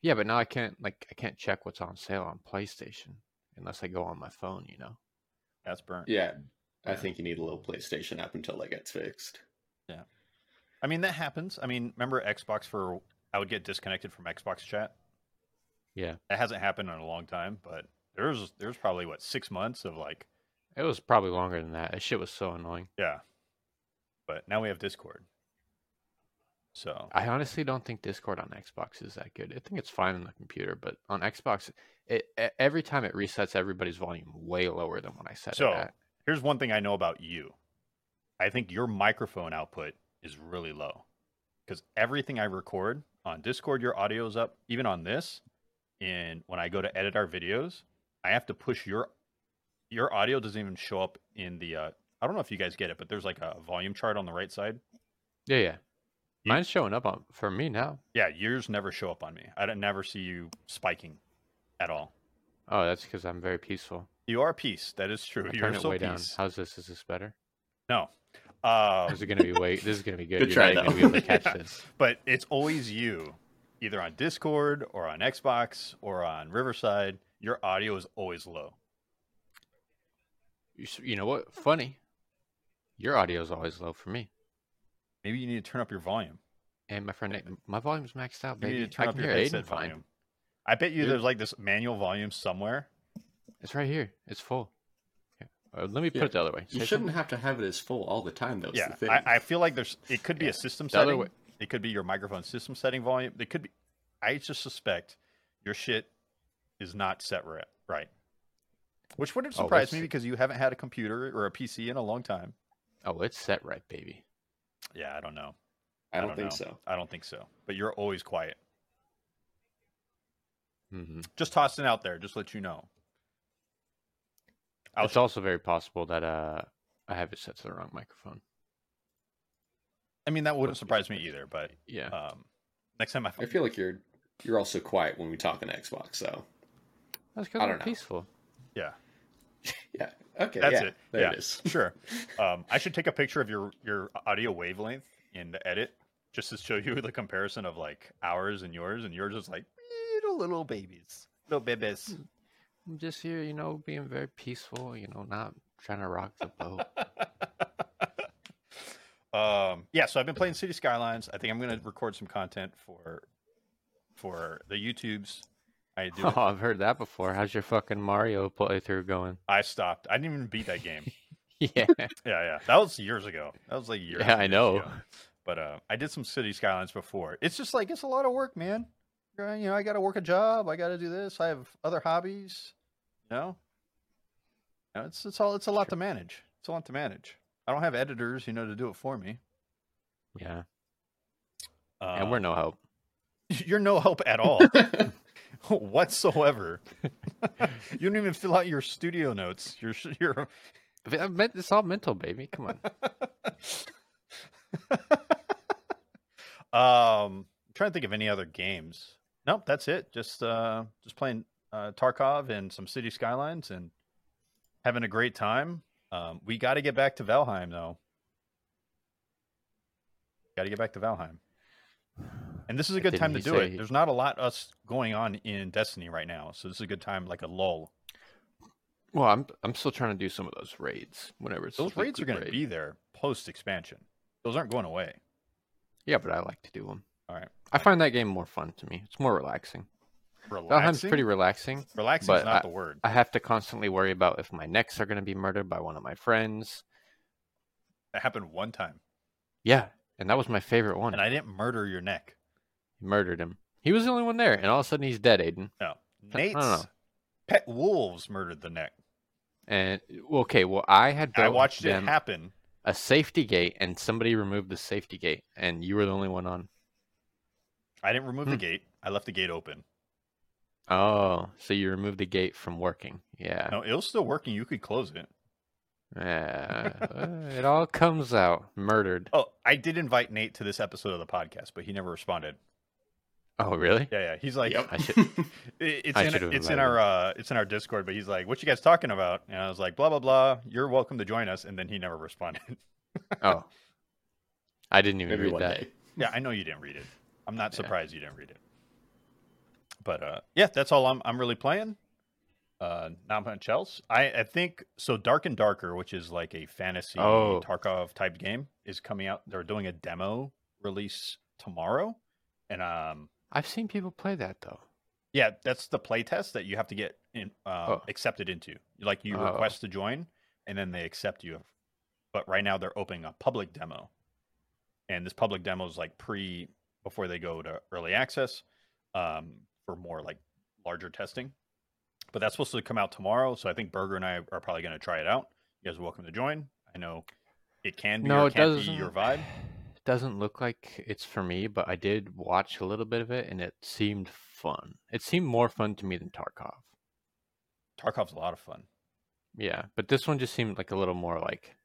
A: yeah, but now I can't like I can't check what's on sale on PlayStation unless I go on my phone. You know.
B: That's burnt.
C: Yeah, I
A: Yeah.
C: think you need a little PlayStation app until that gets fixed.
B: I mean, that happens. I mean, remember Xbox for I would get disconnected from Xbox chat.
A: Yeah.
B: That hasn't happened in a long time, but there's there's probably what six months of like
A: It was probably longer than that. That shit was so annoying.
B: yeah. But now we have Discord. So
A: I honestly don't think Discord on Xbox is that good. I think it's fine on the computer, but on Xbox, it, e- every time it resets everybody's volume way lower than when I set
B: So-
A: it at.
B: here's one thing I know about you. I think your microphone output is really low. Because everything I record on Discord, your audio is up, even on this, and when I go to edit our videos, I have to push your your audio doesn't even show up in the uh I don't know if you guys get it, but there's like a volume chart on the right side.
A: Yeah, yeah.
B: You-
A: Mine's showing up on for me now.
B: Yeah, yours never show up on me. I don't- never see you spiking at all.
A: Oh, that's because I'm very peaceful.
B: You are peace. That is
A: I
B: true.
A: turn
B: You're
A: it
B: so
A: way
B: peace.
A: down. How's this? Is this
B: [laughs]
A: better?
B: No. Um,
A: This is gonna be way. This is gonna
B: [laughs]
A: be good.
C: Good
A: You're
C: try,
A: not even
C: though.
A: gonna be able to catch
B: Yeah.
A: this.
B: but it's always you, either on Discord or on Xbox or on Riverside. Your audio is always low.
A: You, s- you know what? Funny. Your audio is always low for me.
B: Maybe you need to turn up your volume.
A: And my friend, Nate- my volume's maxed out,
B: You
A: baby.
B: need to turn
A: I
B: up
A: can
B: your
A: hear
B: headset
A: Aiden fine.
B: volume. I bet you
A: You're-
B: there's like this manual volume somewhere.
A: It's right here. It's full. Yeah. Uh, let me put
C: Yeah.
A: it the other way.
C: You
A: Say
C: shouldn't
A: something.
C: have to have it as full all the time. That's
B: yeah,
C: the thing.
B: I, I feel like there's. It could be a
A: Yeah.
B: system
A: The other
B: setting.
A: way-
B: It could be your microphone system setting volume. It could be. I just suspect your shit is not set ri- right. Which wouldn't
A: Oh,
B: surprise
A: it's-
B: me because you haven't had a computer or a PC in a long time.
A: Oh, it's set right, baby.
B: Yeah, I don't know.
C: I don't,
B: I don't
C: think
B: know.
C: so.
B: I don't think so. But you're always quiet.
A: Mm-hmm.
B: Just tossing out there. Just let you know. I
A: It's
B: was,
A: also very possible that uh, I have it set to the wrong microphone.
B: I mean, that wouldn't
A: Let's be
B: surprise me
A: honest.
B: either. But
A: Yeah.
B: um, next time I,
C: I feel like you're you're also quiet when we talk on Xbox. So
A: That's
C: I
A: because I'm
C: don't know.
A: peaceful.
B: yeah,
C: yeah, okay,
B: That's
C: yeah,
B: it.
C: There
B: Yeah.
C: it is.
A: [laughs]
B: sure. Um, I should take a picture of your your audio wavelength in the edit, just to show you the comparison of like ours and yours, and yours is like little little babies, little babies.
A: I'm just here, you know, being very peaceful, you know, not trying to rock the boat.
B: um, yeah, so I've been playing City Skylines. I think I'm going to record some content for for the YouTubes. I
A: [laughs]
B: do.
A: oh, I've heard that before. How's your fucking Mario playthrough going?
B: I stopped. I didn't even beat that game.
A: Yeah.
B: yeah, yeah. That was years ago. That was like years.
A: yeah,
B: and
A: I
B: years
A: know.
B: ago. But uh, I did some City Skylines before. It's just like it's a lot of work, man. Uh, You know, I got to work a job. I got to do this. I have other hobbies. You know, You know, it's it's all it's a lot to manage. It's a lot to manage. I don't have editors, you know, to do it for me.
A: [laughs] Yeah.
B: Uh,
A: and we're no help.
B: [laughs] You're no help
A: [laughs]
B: at all whatsoever. [laughs] you don't even fill out your studio notes. Your sh- your
A: But I meant- It's all mental, baby. Come
B: [laughs]
A: on.
B: um, I'm trying to think of any other games. Nope, that's it. Just uh, just playing uh, Tarkov and some City Skylines and having a great time. Um, we got to get back to Valheim though. Got to get back to Valheim, and this is a
A: But
B: good
A: didn't
B: time to
A: he
B: do
A: say-
B: it. There's not a lot us going on in Destiny right now, so this is a good time, like a lull.
A: Well, I'm I'm still trying to do some of those raids. Whenever it's a
B: Those raids are
A: liquid
B: going to
A: raid.
B: be there post expansion. Those aren't going away.
A: Yeah, but I like to do them.
B: All right.
A: I find that game more fun to me. It's more relaxing. Valheim's
B: Relaxing.
A: pretty relaxing.
B: Relaxing is
A: but
B: not
A: I-
B: the word.
A: I have to constantly worry about if my necks are going to be murdered by one of my friends.
B: That happened one time,
A: Yeah, and that was my favorite one.
B: and I didn't murder your neck.
A: Murdered him. He was the only one there, and all of a sudden he's dead, Aiden. I
B: No,
A: don't
B: Nate's
A: know.
B: pet wolves murdered the neck.
A: And well, okay, well I had
B: I
A: built
B: watched it
A: them
B: happen.
A: a safety gate, and somebody removed the safety gate, and you were the only one on.
B: I didn't remove the
A: Hmm.
B: gate. I left the gate open.
A: Oh, so you removed the gate from working? Yeah.
B: No, it was still working. You could close it. [laughs]
A: Yeah, uh, it all comes out murdered.
B: Oh, I did invite Nate to this episode of the podcast, but he never responded.
A: Oh, really?
B: Yeah, yeah. He's like,
C: yep.
A: I should-
B: "It- it's
A: I
B: in
A: should've
B: it's in
A: invited
B: our uh, it's in our Discord, but he's like, what you guys talking about? And I was like, blah blah blah. You're welcome to join us. And then he never responded.
A: Oh, I didn't even
C: Maybe
A: read
C: one
A: that.
C: day.
B: yeah, I know you didn't read it. I'm not
A: Yeah.
B: surprised you didn't read it. But uh, yeah, that's all I'm I'm really playing. Uh, not much else. I, I think so. Dark and Darker, which is like a fantasy
A: Oh.
B: Tarkov type game, is coming out. They're doing a demo release tomorrow, and um,
A: I've seen people play that though.
B: yeah, that's the playtest that you have to get in, uh,
A: Oh.
B: accepted into. Like you
A: Oh.
B: request to join, and then they accept you. But right now they're opening a public demo, and this public demo is like pre before they go to early access um, for more like larger testing. But that's supposed to come out tomorrow, so I think Berger and I are probably going to try it out. You guys are welcome to join. I know it can be
A: no,
B: or
A: it
B: can't
A: doesn't.
B: be your vibe.
A: It [sighs] doesn't look like it's for me, but I did watch a little bit of it, and it seemed fun. It seemed more fun to me than Tarkov.
B: Tarkov's a lot of fun.
A: Yeah, but this one just seemed like a little more like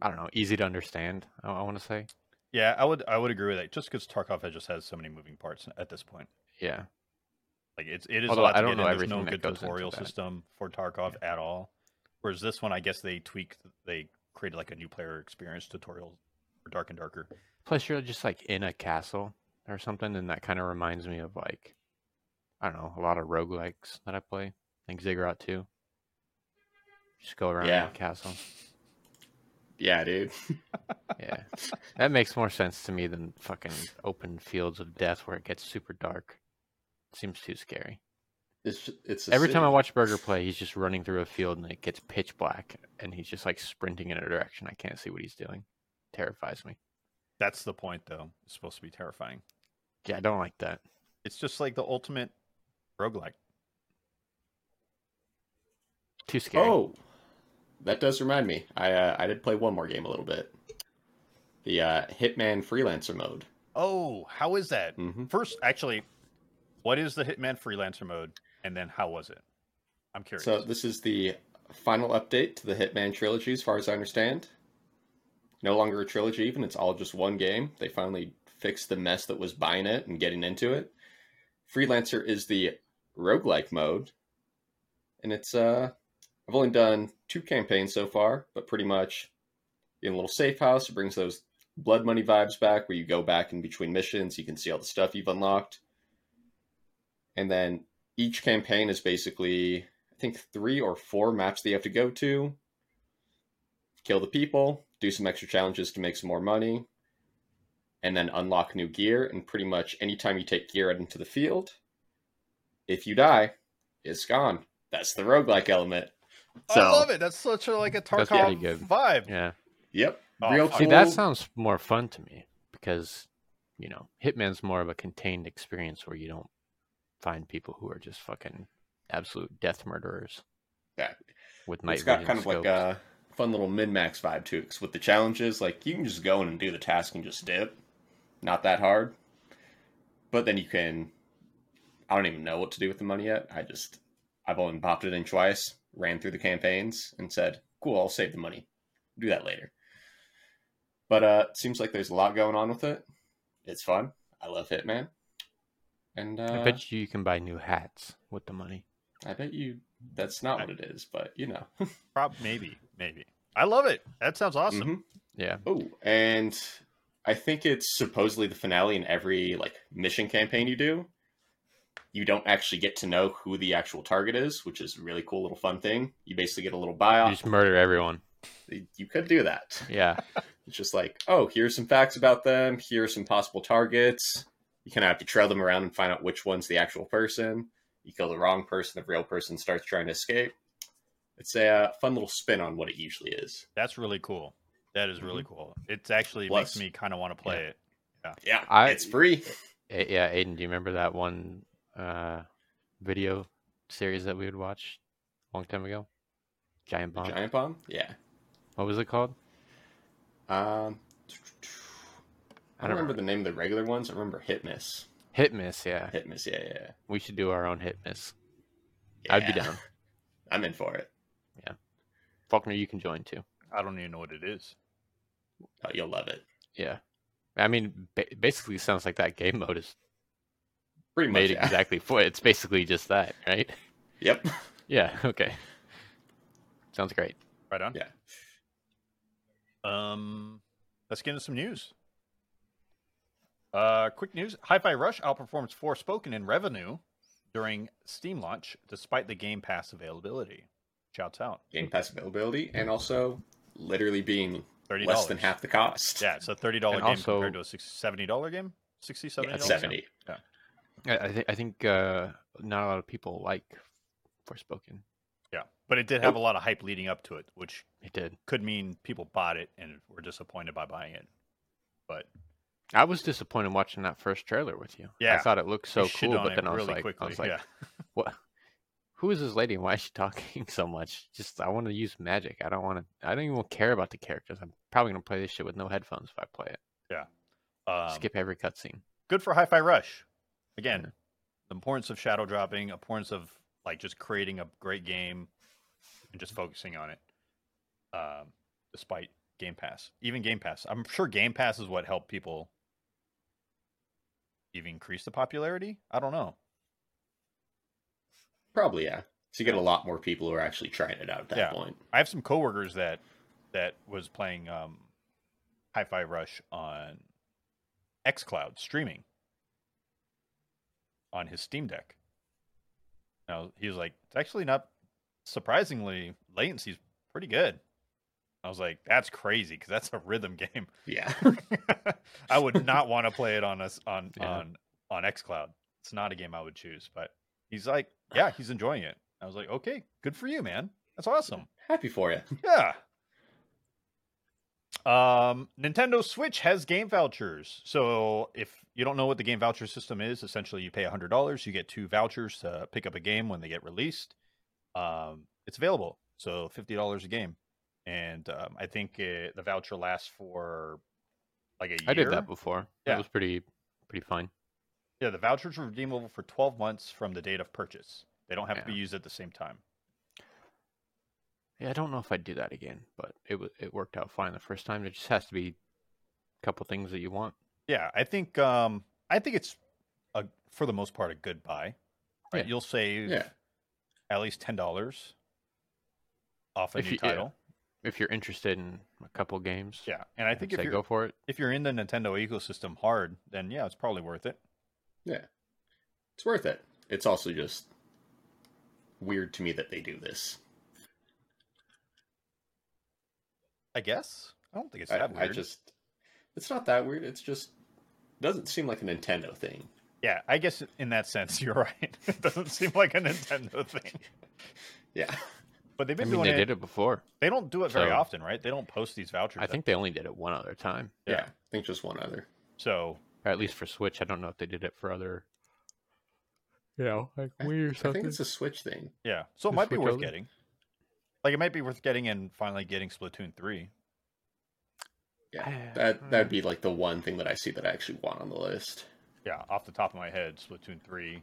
A: I don't know, easy to understand. I, I want to say,
B: Yeah, I would I would agree with that. Just because Tarkov has just has so many moving parts at this point.
A: yeah,
B: Like it's it is
A: Although
B: a lot
A: I
B: to
A: don't
B: get
A: know
B: in. There's no
A: everything that
B: good
A: goes into
B: tutorial
A: that.
B: system for Tarkov at all. Whereas this one, I guess they tweaked, they created like a new player experience tutorial for Dark and Darker.
A: Plus, you're just like in a castle or something, and that kind of reminds me of like, I don't know, a lot of roguelikes that I play, like Ziggurat 2. Just go around
C: Yeah.
A: in a castle.
C: Yeah, dude.
A: Yeah. that makes more sense to me than fucking open fields of death where it gets super dark. Seems too scary.
C: It's it's a
A: Every time
C: city.
A: I watch Burger play, he's just running through a field and it gets pitch black and he's just like sprinting in a direction. I can't see what he's doing. Terrifies me.
B: That's the point, though. It's supposed to be terrifying.
A: Yeah, I don't like that.
B: It's just like the ultimate roguelike.
A: Too scary.
C: Oh, that does remind me. I uh, I did play one more game a little bit. The uh, Hitman Freelancer mode.
B: Oh, how is that?
C: hmm
B: First, actually, what is the Hitman Freelancer mode, and then how was it? I'm curious.
C: So this is the final update to the Hitman trilogy, as far as I understand. No longer a trilogy, even it's all just one game. They finally fixed the mess that was buying it and getting into it. Freelancer is the roguelike mode, and it's uh, I've only done two campaigns so far, but pretty much in a little safe house. It brings those blood money vibes back, where you go back in between missions, you can see all the stuff you've unlocked, and then each campaign is basically I think three or four maps that you have to go to, kill the people, do some extra challenges to make some more money, and then unlock new gear. And pretty much anytime you take gear out into the field, if you die, it's gone. That's the roguelike element. So,
B: I love it. That's such a like a
A: That's pretty
B: Tarkov
A: good.
B: vibe.
A: Yeah.
C: Yep.
B: Oh,
C: Real
B: fuck.
A: See, that
C: Cool.
A: sounds more fun to me because, you know, Hitman's more of a contained experience where you don't find people who are just fucking absolute death murderers
C: Yeah.
A: with night
C: it's got
A: vision
C: kind of like
A: scopes.
C: a fun little min max vibe to it. 'cause with the challenges, like you can just go in and do the task and just dip. Not that hard. But then you can. I don't even know what to do with the money yet. I just. I've only popped it in twice, ran through the campaigns, and said, cool, I'll save the money. Do that later. But uh, it seems like there's a lot going on with it. It's fun. I love Hitman. And uh,
A: I bet you you can buy new hats with the money.
C: I bet you that's not what it is, but you know.
B: Prob maybe, maybe. I love it. That sounds awesome.
C: Mhm.
A: Yeah.
C: Oh, and I think it's supposedly the finale in every like mission campaign you do. You don't actually get to know who the actual target is, which is a really cool little fun thing. You basically get a little
A: You
C: bio.
A: just murder everyone.
C: You could do that.
A: Yeah.
C: It's just like, oh, here's some facts about them. Here are some possible targets. You kind of have to trail them around and find out which one's the actual person. You kill the wrong person, the real person starts trying to escape. It's a uh, fun little spin on what it usually is.
B: That's really cool. That is really cool. It's actually
C: Mm-hmm. Plus-
B: makes me kind of want to play
A: Yeah.
B: it.
C: Yeah,
A: I-
C: it's free.
A: A- yeah, Aiden, do you remember that one uh, video series that we would watch a long time ago? Giant
C: The
A: Bomb.
C: Giant bomb. Yeah.
A: What was it called?
C: Um, I
A: I
C: don't
A: don't
C: remember the name of the regular ones. I remember Hit Miss.
A: Hit Miss. Yeah,
C: Hit Miss. Yeah, yeah.
A: we should do our own Hit Miss.
C: yeah.
A: I'd be
C: Yeah.
A: down.
C: I'm in for it.
A: Faulkner, you can join too.
B: I don't even know what it is.
C: Oh, you'll love it.
A: Yeah, I mean, ba- basically, sounds like that game mode is
C: Pretty much.
A: made
C: Yeah.
A: exactly for it. It's basically just that, right?
C: Yep.
A: Yeah. [laughs] Okay. Sounds great.
B: Right on.
C: Yeah.
B: Um, let's get into some news. Uh, quick news: Hi-Fi Rush outperforms Forspoken in revenue during Steam launch, despite the Game Pass availability. Shouts out.
C: Game Pass availability and also literally being
B: Thirty
C: less than half the cost.
B: Yeah, it's a thirty dollar
A: And
B: game
A: also-
B: compared to a six, seventy dollar game. 60 70
A: Yeah,
C: At
A: it's
B: dollars?
C: seventy.
A: I, I think I think uh, not a lot of people like Forspoken.
B: Yeah, but it did have a lot of hype leading up to it, which
A: It did.
B: could mean people bought it and were disappointed by buying it. But
A: I was disappointed watching that first trailer with you. I
B: Yeah.
A: thought it looked so
B: they shit
A: cool,
B: on
A: but
B: it
A: then I was
B: really
A: like,
B: quickly.
A: I was like,
B: yeah.
A: what? Who is this lady? and Why is she [laughs] talking so much? Just I want to use magic. I don't want to. I don't even care about the characters. I'm probably gonna play this shit with no headphones if I play it.
B: Um,
A: Skip every cutscene.
B: good for Hi-Fi Rush. Again,
A: Yeah.
B: the importance of shadow dropping, importance of like just creating a great game and just focusing on it. Um, despite Game Pass, even Game Pass, I'm sure Game Pass is what helped people even increase the popularity. I don't know.
C: Probably yeah. So you get a lot more people who are actually trying it out at that
B: Yeah.
C: point.
B: I have some coworkers that that was playing um, Hi-Fi Rush on XCloud streaming on his Steam Deck. Now he was like, "It's actually not surprisingly latency's pretty good." I was like, "That's crazy because that's a rhythm game. [laughs]
C: Yeah.
B: I would not want to play it on us on
A: Yeah.
B: on on XCloud. It's not a game I would choose." But he's like, "Yeah, he's enjoying it." I was like, "Okay, good for you, man. That's awesome."
C: Happy for you.
B: Yeah. Um, Nintendo Switch has game vouchers. So if you don't know what the game voucher system is, essentially you pay $100, you get two vouchers to pick up a game when they get released. Um, it's available. So $50 a game. And um, I think uh the voucher lasts for like a year.
A: I did that before.
B: Yeah.
A: That was pretty pretty fun.
B: Yeah, the vouchers are redeemable for 12 months from the date of purchase. They don't have to
A: Yeah.
B: be used at the same time.
A: Yeah, I don't know if I'd do that again, but it wa it worked out fine the first time. There just has to be a couple things that you want.
B: Yeah, I think um I think it's a for the most part a good buy. Right?
A: Yeah.
B: You'll save
C: Yeah.
B: at least ten dollars off a
A: If
B: new
A: you- yeah.
B: title.
A: If you're interested in a couple games,
B: Yeah. And I
A: I'd
B: think if
A: say
B: you're
A: go for it.
B: if you're in the Nintendo ecosystem hard, then yeah, it's probably worth it.
C: It's worth it. It's also just weird to me that they do this.
B: I guess. I don't think it's
C: I,
B: that
C: I
B: weird.
C: just it's not that weird. It's just doesn't seem like a Nintendo thing.
B: Yeah, I guess in that sense [laughs] you're right. it doesn't seem like a Nintendo thing.
A: [laughs]
C: Yeah.
B: But they've
A: I
B: been
A: mean,
B: doing
A: they
B: it,
A: did it before.
B: They don't do it very
A: so-
B: often, right? They don't post these vouchers.
A: I
B: up.
A: think they only did it one other time,
C: yeah.
B: Yeah.
C: I think just one other.
B: so.
A: or at least for Switch. I don't know if they did it for other, you know, like Wii or
C: I think
A: something.
C: it's a Switch thing.
B: Yeah. So it
A: Just
B: might be
A: switch
B: worth
A: over.
B: getting. Like it might be worth getting and finally getting Splatoon 3.
C: Yeah.
A: Ah,
C: That that'd be like the one thing that I see that I actually want on the list.
B: Yeah, off the top of my head, Splatoon 3.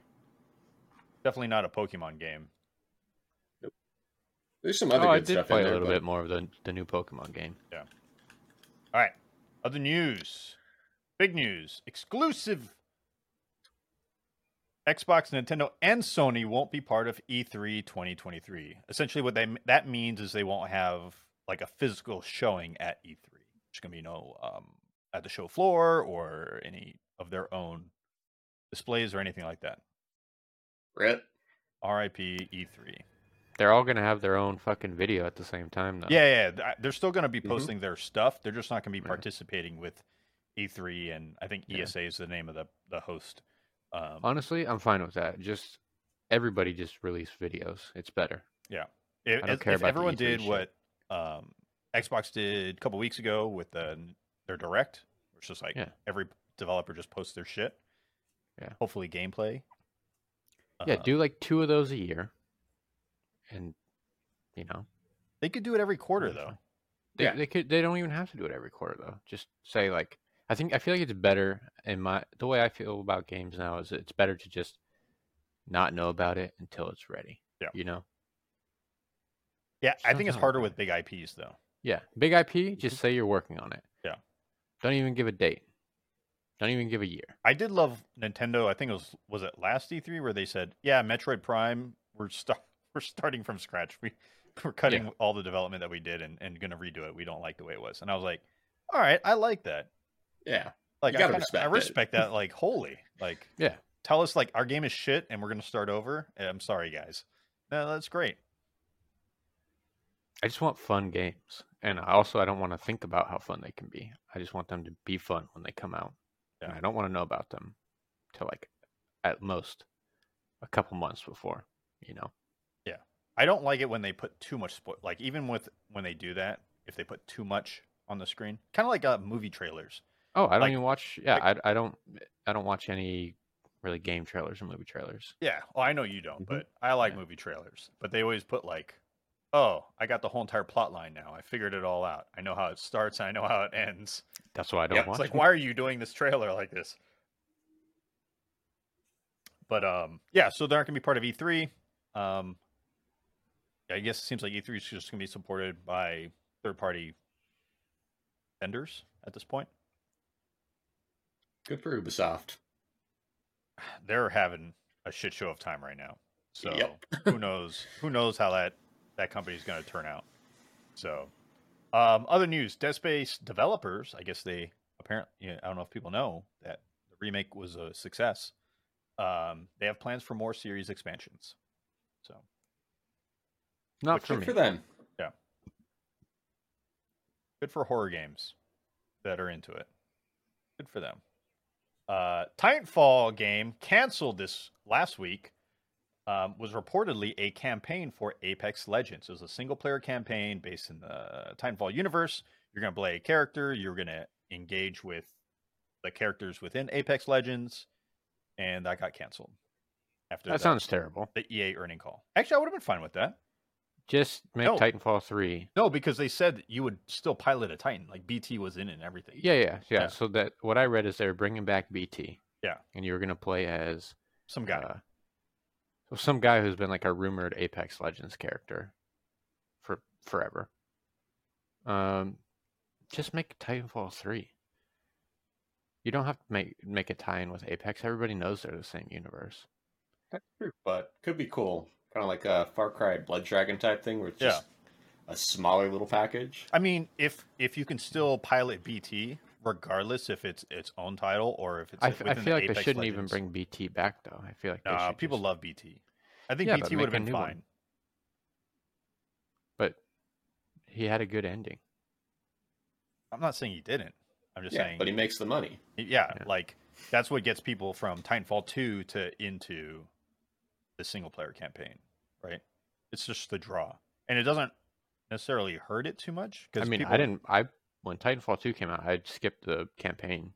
B: Definitely not a Pokemon game.
C: There's some
A: Oh,
C: other
A: I
C: good
A: did
C: stuff
A: play
C: in there.
A: a little
C: but-
A: bit more of the the new Pokemon game.
B: All right. Other news. Big news. Exclusive Xbox, Nintendo, and Sony won't be part of E E3 2023. Essentially, what they, that means is they won't have like a physical showing at E3. There's going to be no um, at the show floor or any of their own displays or anything like that.
C: Rip.
B: RIP E3.
A: They're all gonna have their own fucking video at the same time, though.
B: Yeah, yeah, th- they're still going to be
A: Mm-hmm.
C: Mhm.
B: posting their stuff. They're just not going to be
A: Right.
B: participating with E3 and I think
A: Yeah.
B: ESA is the name of the the host. Um,
A: Honestly, I'm fine with that. Just everybody just release videos. It's better.
B: if,
A: don't
B: as-
A: care
B: if
A: about the
B: everyone
A: E3
B: did
A: shit.
B: what um, Xbox did a couple weeks ago with the, their direct, which is like
A: Yeah.
B: every developer just posts their shit.
A: Yeah.
B: Hopefully gameplay.
A: yeah,
C: Uh-huh.
B: Uh,
A: do like two of those a year, and you know
B: They could do it every quarter
A: That'd be
B: though.
A: fine. They,
C: Yeah.
A: they could. They don't even have to do it every quarter though. Just say like, I think I feel like it's better in my the way I feel about games now is it's better to just not know about it until it's ready.
B: Yeah.
A: You know.
B: Yeah, I
A: Sounds
B: think it's
A: not
B: harder
A: bad.
B: with big IPs though.
A: Yeah. Big IP. Just say you're working on it.
B: Mm-hmm. Yeah.
A: Don't even give a date. Don't even give a year.
B: I did love Nintendo. I think it was was it last E3 where they said, "Yeah, Metroid Prime, we're start [laughs] we're starting from scratch. We [laughs] we're cutting all the development that we did and and going to redo it. We don't like the way it was." And I was like, "All right, I like that.
C: Yeah.
B: Like
C: You
B: I,
C: gotta
B: kinda-
C: respect
B: I
C: it.
B: respect that. Like holy,
C: [laughs]
B: like
A: Yeah.
B: Tell us like our game is shit and we're going to start over. Eh, I'm sorry, guys. No, that's great.
A: I just want fun games, and I also I don't want to think about how fun they can be. I just want them to be fun when they come out. And
B: Yeah.
A: I don't want to know about them till like at most a couple months before. You know.
B: I don't like it when they put too much spoil. Like even with when they do that, if they put too much on the screen, kind of like uh, movie trailers.
A: Oh, I don't
B: Like-
A: even watch. Yeah, I, I don't. I don't watch any really game trailers or movie trailers.
B: Yeah. Well, I know you don't,
A: Mhm.
B: but I like
A: Yeah.
B: movie trailers. But they always put like, "Oh, I got the whole entire plot line now. I figured it all out. I know how it starts. and I know how it ends."
A: That's why I don't
C: Yeah, it's
A: watch.
B: It's like,
A: them.
B: why are you doing this trailer like this? But um, yeah. So they aren't gonna be part of E3. Um, I guess it seems like E3 is just gonna be supported by third-party vendors at this point.
C: Good for Ubisoft.
B: they're having a shit show of time right now. So
C: Yep.
B: [laughs] who knows? Who knows how that that company's going to turn out? So, um, other news: Dead Space developers, I guess they apparently, you know, I don't know if people know that the remake was a success. Um, they have plans for more series expansions. So
A: Not
B: Which
A: for
C: Good
A: me.
C: for them.
B: good for horror games that are into it. Good for them. Uh, Titanfall game canceled this last week um, was reportedly a campaign for Apex Legends. It was a single player campaign based in the Titanfall universe. You're going to play a character, you're going to engage with the characters within Apex Legends, and that got canceled after
A: That
B: the-
A: sounds terrible.
B: the EA earning call. Actually, I would have been fine with that.
A: Just make
B: No.
A: Titanfall three.
B: No, because they said that you would still pilot a Titan. Like BT was in it and everything.
A: Yeah, yeah, yeah,
B: Yeah.
A: So that what I read is they're bringing back BT.
B: Yeah.
A: and you were gonna play as
B: Some guy.
A: Uh, so some guy who's been like a rumored Apex Legends character for forever. Um, just make Titanfall three. You don't have to make make a tie-in with Apex. Everybody knows they're the same universe.
C: That's true, but could be cool. Kind of like a Far Cry Blood Dragon type thing, where it's just a smaller little package.
B: I mean, if if you can still pilot BT, regardless if it's its own title or if it's
A: I,
B: like,
A: f- I
B: within the
A: feel like they
B: Apex
A: shouldn't even
B: Legends.
A: bring BT back though. I feel like they
B: Nah,
A: should
B: people
A: just-
B: love BT. I think
A: Yeah, but
B: BT would have
A: make a new
B: been
A: one.
B: fine.
A: but he had a good ending.
B: I'm not saying he didn't. I'm just
C: yeah,
B: saying,
C: but he makes the money.
B: yeah,
A: Yeah.
B: like that's what gets people from Titanfall two to into the single player campaign, right? It's just the draw, and it doesn't necessarily hurt it too much.
A: I mean, I
B: people-
A: didn't. I when Titanfall two came out, I skipped the campaign.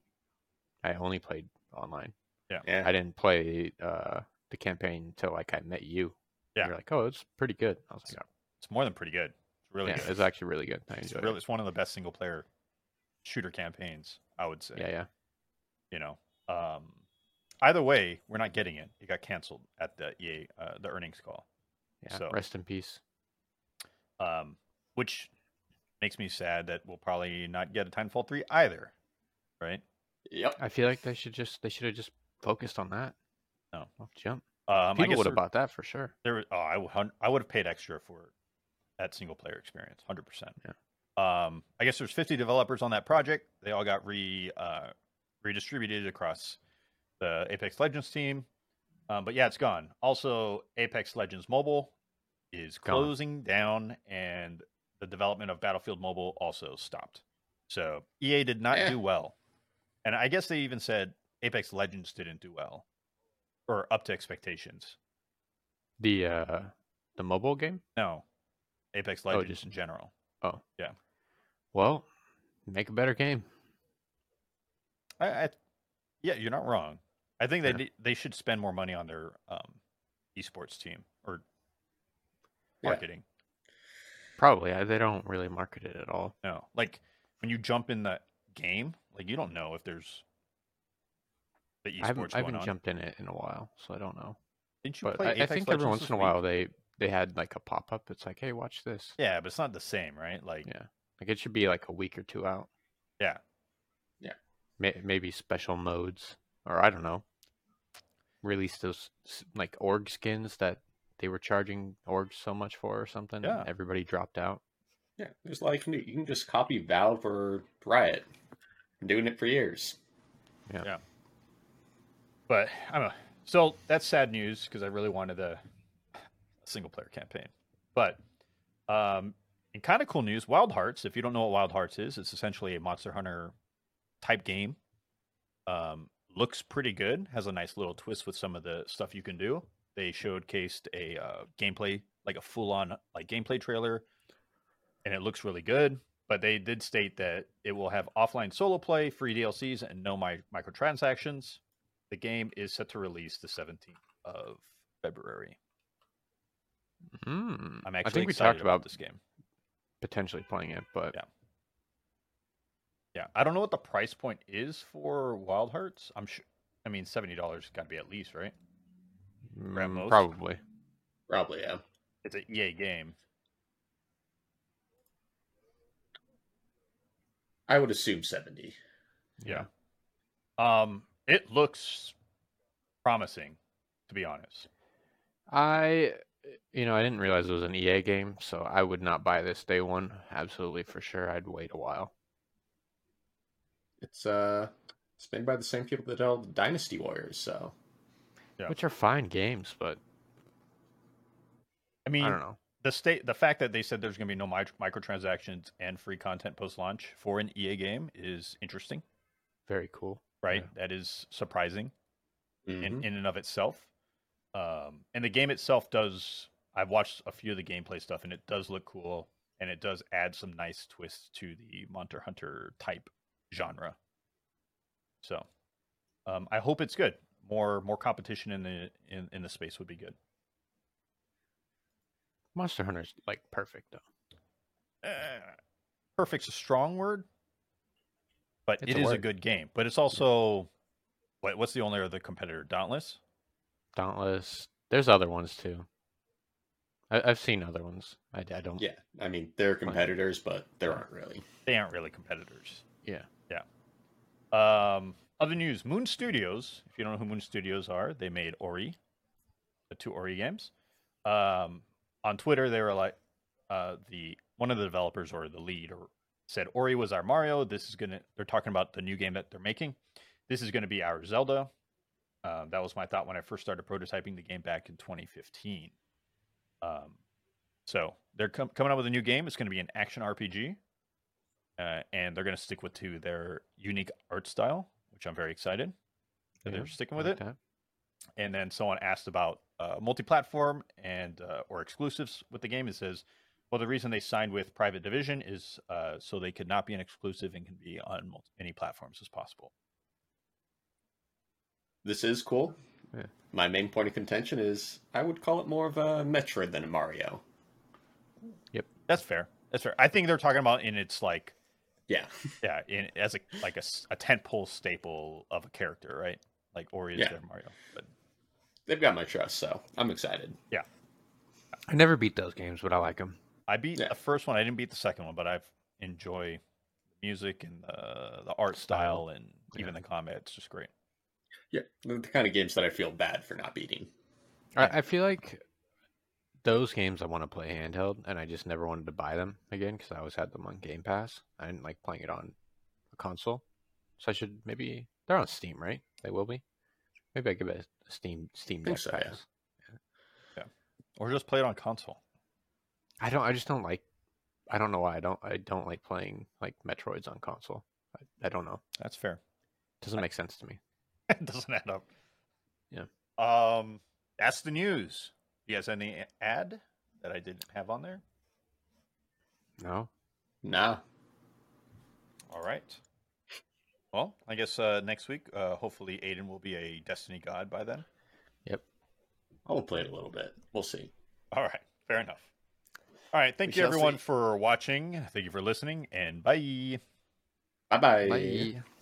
A: I only played online.
C: Yeah,
A: I didn't play uh, the campaign until like I met you.
B: Yeah.
A: You're like, oh, it's pretty good. I was like, "Oh,
B: It's more than pretty good. It's really
A: yeah,
B: good.
A: it's actually really good. I
B: It's
A: enjoyed
B: really,
A: it.
B: it's one of the best single player shooter campaigns, I would say.
A: Yeah, yeah.
B: You know, um, either way, we're not getting it. It got canceled at the EA, uh, the earnings call,
A: Yeah.
B: So-
A: Rest in peace.
B: um, which makes me sad that we'll probably not get a Titanfall three either, right?
C: yep.
A: I feel like they should just they should have just focused on that.
B: No.
A: Off jump.
B: Um, I
A: People
B: guess
A: would
B: there,
A: have bought that for sure.
B: there was- oh, I, would hun- I would have paid extra for that single player experience, hundred percent.
A: Yeah.
B: Um, I guess there's 50 developers on that project. They all got re uh, redistributed across the Apex Legends team. Um, but yeah, it's gone. Also, Apex Legends Mobile is
A: Gone.
B: closing down, and the development of Battlefield Mobile also stopped. So EA did not
C: Yeah.
B: do well, and I guess they even said Apex Legends didn't do well or up to expectations.
A: The uh the mobile game?
B: No, Apex Legends
A: Oh, just-
B: in general.
A: Well, make a better game.
B: I, I, yeah, you're not wrong. I think they
A: Yeah.
B: ne- they should spend more money on their um, esports team or
C: Yeah.
B: marketing.
A: Probably. I, they don't really market it at all.
B: No, like when you jump in the game, like you don't know if there's the esports
A: I haven't, I
B: going
A: haven't
B: on.
A: jumped in it in a while, so I don't know.
B: Didn't you
A: But
B: play?
A: I, I
B: Apex
A: think every
B: Legends
A: once
B: this
A: in a
B: week?
A: while they they had like a pop up. It's like, hey, watch this.
B: Yeah, but it's not the same, right? Like,
A: Yeah. Like it should be like a week or two out.
B: Yeah.
C: Yeah.
A: May- maybe special modes, or I don't know. Release those s- like org skins that they were charging orgs so much for, or something. and
B: Yeah.
A: Everybody dropped out.
C: Yeah, there's a lot you can do. You can just copy Valve or Riot. Been doing it for years.
B: but I don't know. So that's sad news because I really wanted a, a single player campaign. But um, and kind of cool news, Wild Hearts. If you don't know what Wild Hearts is, it's essentially a Monster Hunter type game. Um, looks pretty good. Has a nice little twist with some of the stuff you can do. They showcased a uh, gameplay, like a full on like gameplay trailer, and it looks really good. But they did state that it will have offline solo play, free DLCs, and no mi- microtransactions. The game is set to release the 17th of February.
A: Mm.
B: I'm
A: I
B: actually
A: think we
B: excited
A: talked about
B: this game.
A: potentially playing it, but
B: Yeah. Yeah, I don't know what the price point is for Wild Hearts. I'm sure. I mean, seventy dollars got to be at least, right?
A: mm,
B: At most.
A: probably.
C: Probably, yeah.
B: It's a EA game.
C: I would assume 70.
B: Yeah. Um, it looks promising, to be honest.
A: I, you know, I didn't realize it was an EA game, so I would not buy this day one. Absolutely for sure. I'd wait a while.
C: It's uh it's made by the same people that did all the Dynasty Warriors, so
B: Yeah.
A: Which are fine games, but
B: I mean,
A: I don't know.
B: the state, the fact that they said there's going to be no mic- microtransactions and free content post launch for an EA game is interesting,
A: Very cool.
B: right?
A: Yeah.
B: That is surprising.
C: mhm.
B: in,
A: Mm-hmm.
B: in and of itself. Um, and the game itself does. I've watched a few of the gameplay stuff, and it does look cool, and it does add some nice twists to the Monster Hunter type genre. So, um, I hope it's good. More more competition in the in, in the space would be good.
A: Monster Hunter's like perfect though.
B: Eh, perfect's a strong word, but
A: It's
B: it
A: a
B: is a
A: word.
B: good game. But it's also what, what's the only other competitor? Dauntless.
A: Dauntless. There's other ones too. I, I've seen other ones. I, I don't.
C: Yeah, I mean they're competitors, but there aren't really.
B: They aren't really competitors.
A: Yeah.
B: Um, other news: Moon Studios. If you don't know who Moon Studios are, they made Ori, the two Ori games. Um, on Twitter, they were like, uh, the one of the developers or the lead or said Ori was our Mario. This is gonna. They're talking about the new game that they're making. This is gonna be our Zelda. Um, that was my thought when I first started prototyping the game back in 2015. Um, so they're com- coming up with a new game. It's going to be an action RPG uh, and they're going to stick with to their unique art style, which I'm very excited that
A: Yeah,
B: they're sticking
A: I
B: with
A: like
B: it.
A: that.
B: And then someone asked about uh, multi-platform and uh, or exclusives with the game. It says, well, the reason they signed with Private Division is uh, so they could not be an exclusive and can be on multi- many platforms as possible.
C: This is cool.
A: Yeah.
C: My main point of contention is I would call it more of a Metroid than a Mario.
B: That's fair. That's fair. I think they're talking about in its like
C: Yeah.
B: yeah in as a like a, s- a tentpole staple of a character, right? Like Ori is
C: Yeah.
B: their Mario, but
C: They've got my trust, so I'm excited.
A: I never beat those games, but I like them.
B: I beat
C: Yeah.
B: the first one. I didn't beat the second one, but I've enjoy the music and the the art
A: Style.
B: style and
A: Yeah.
B: even the combat. It's just great.
C: Yeah, they're the kind of games that I feel bad for not beating.
A: I, I feel like those games I want to play handheld, and I just never wanted to buy them again because I always had them on Game Pass. I didn't like playing it on a console, so I should maybe they're on Steam, right? They will be. Maybe I give it a Steam Steam Deck
C: Think so, yeah.
A: pass.
B: Or just play it on console.
A: I don't. I just don't like. I don't know why. I don't. I don't like playing like Metroids on console. I, I don't know.
B: That's fair.
A: Doesn't make sense to me.
B: [laughs] it doesn't add up.
A: Yeah.
B: Um, that's the news. You guys have any ad that I didn't have on there?
A: No.
C: Nah.
B: All right. Well, I guess uh, next week, uh, hopefully, Aiden will be a Destiny god by then.
C: I'll play it a little bit. We'll see.
B: All right, fair enough. All right, thank
C: We
B: you
C: shall
B: everyone
C: see.
B: for watching. Thank you for listening, and bye.
C: Bye bye.
A: Bye.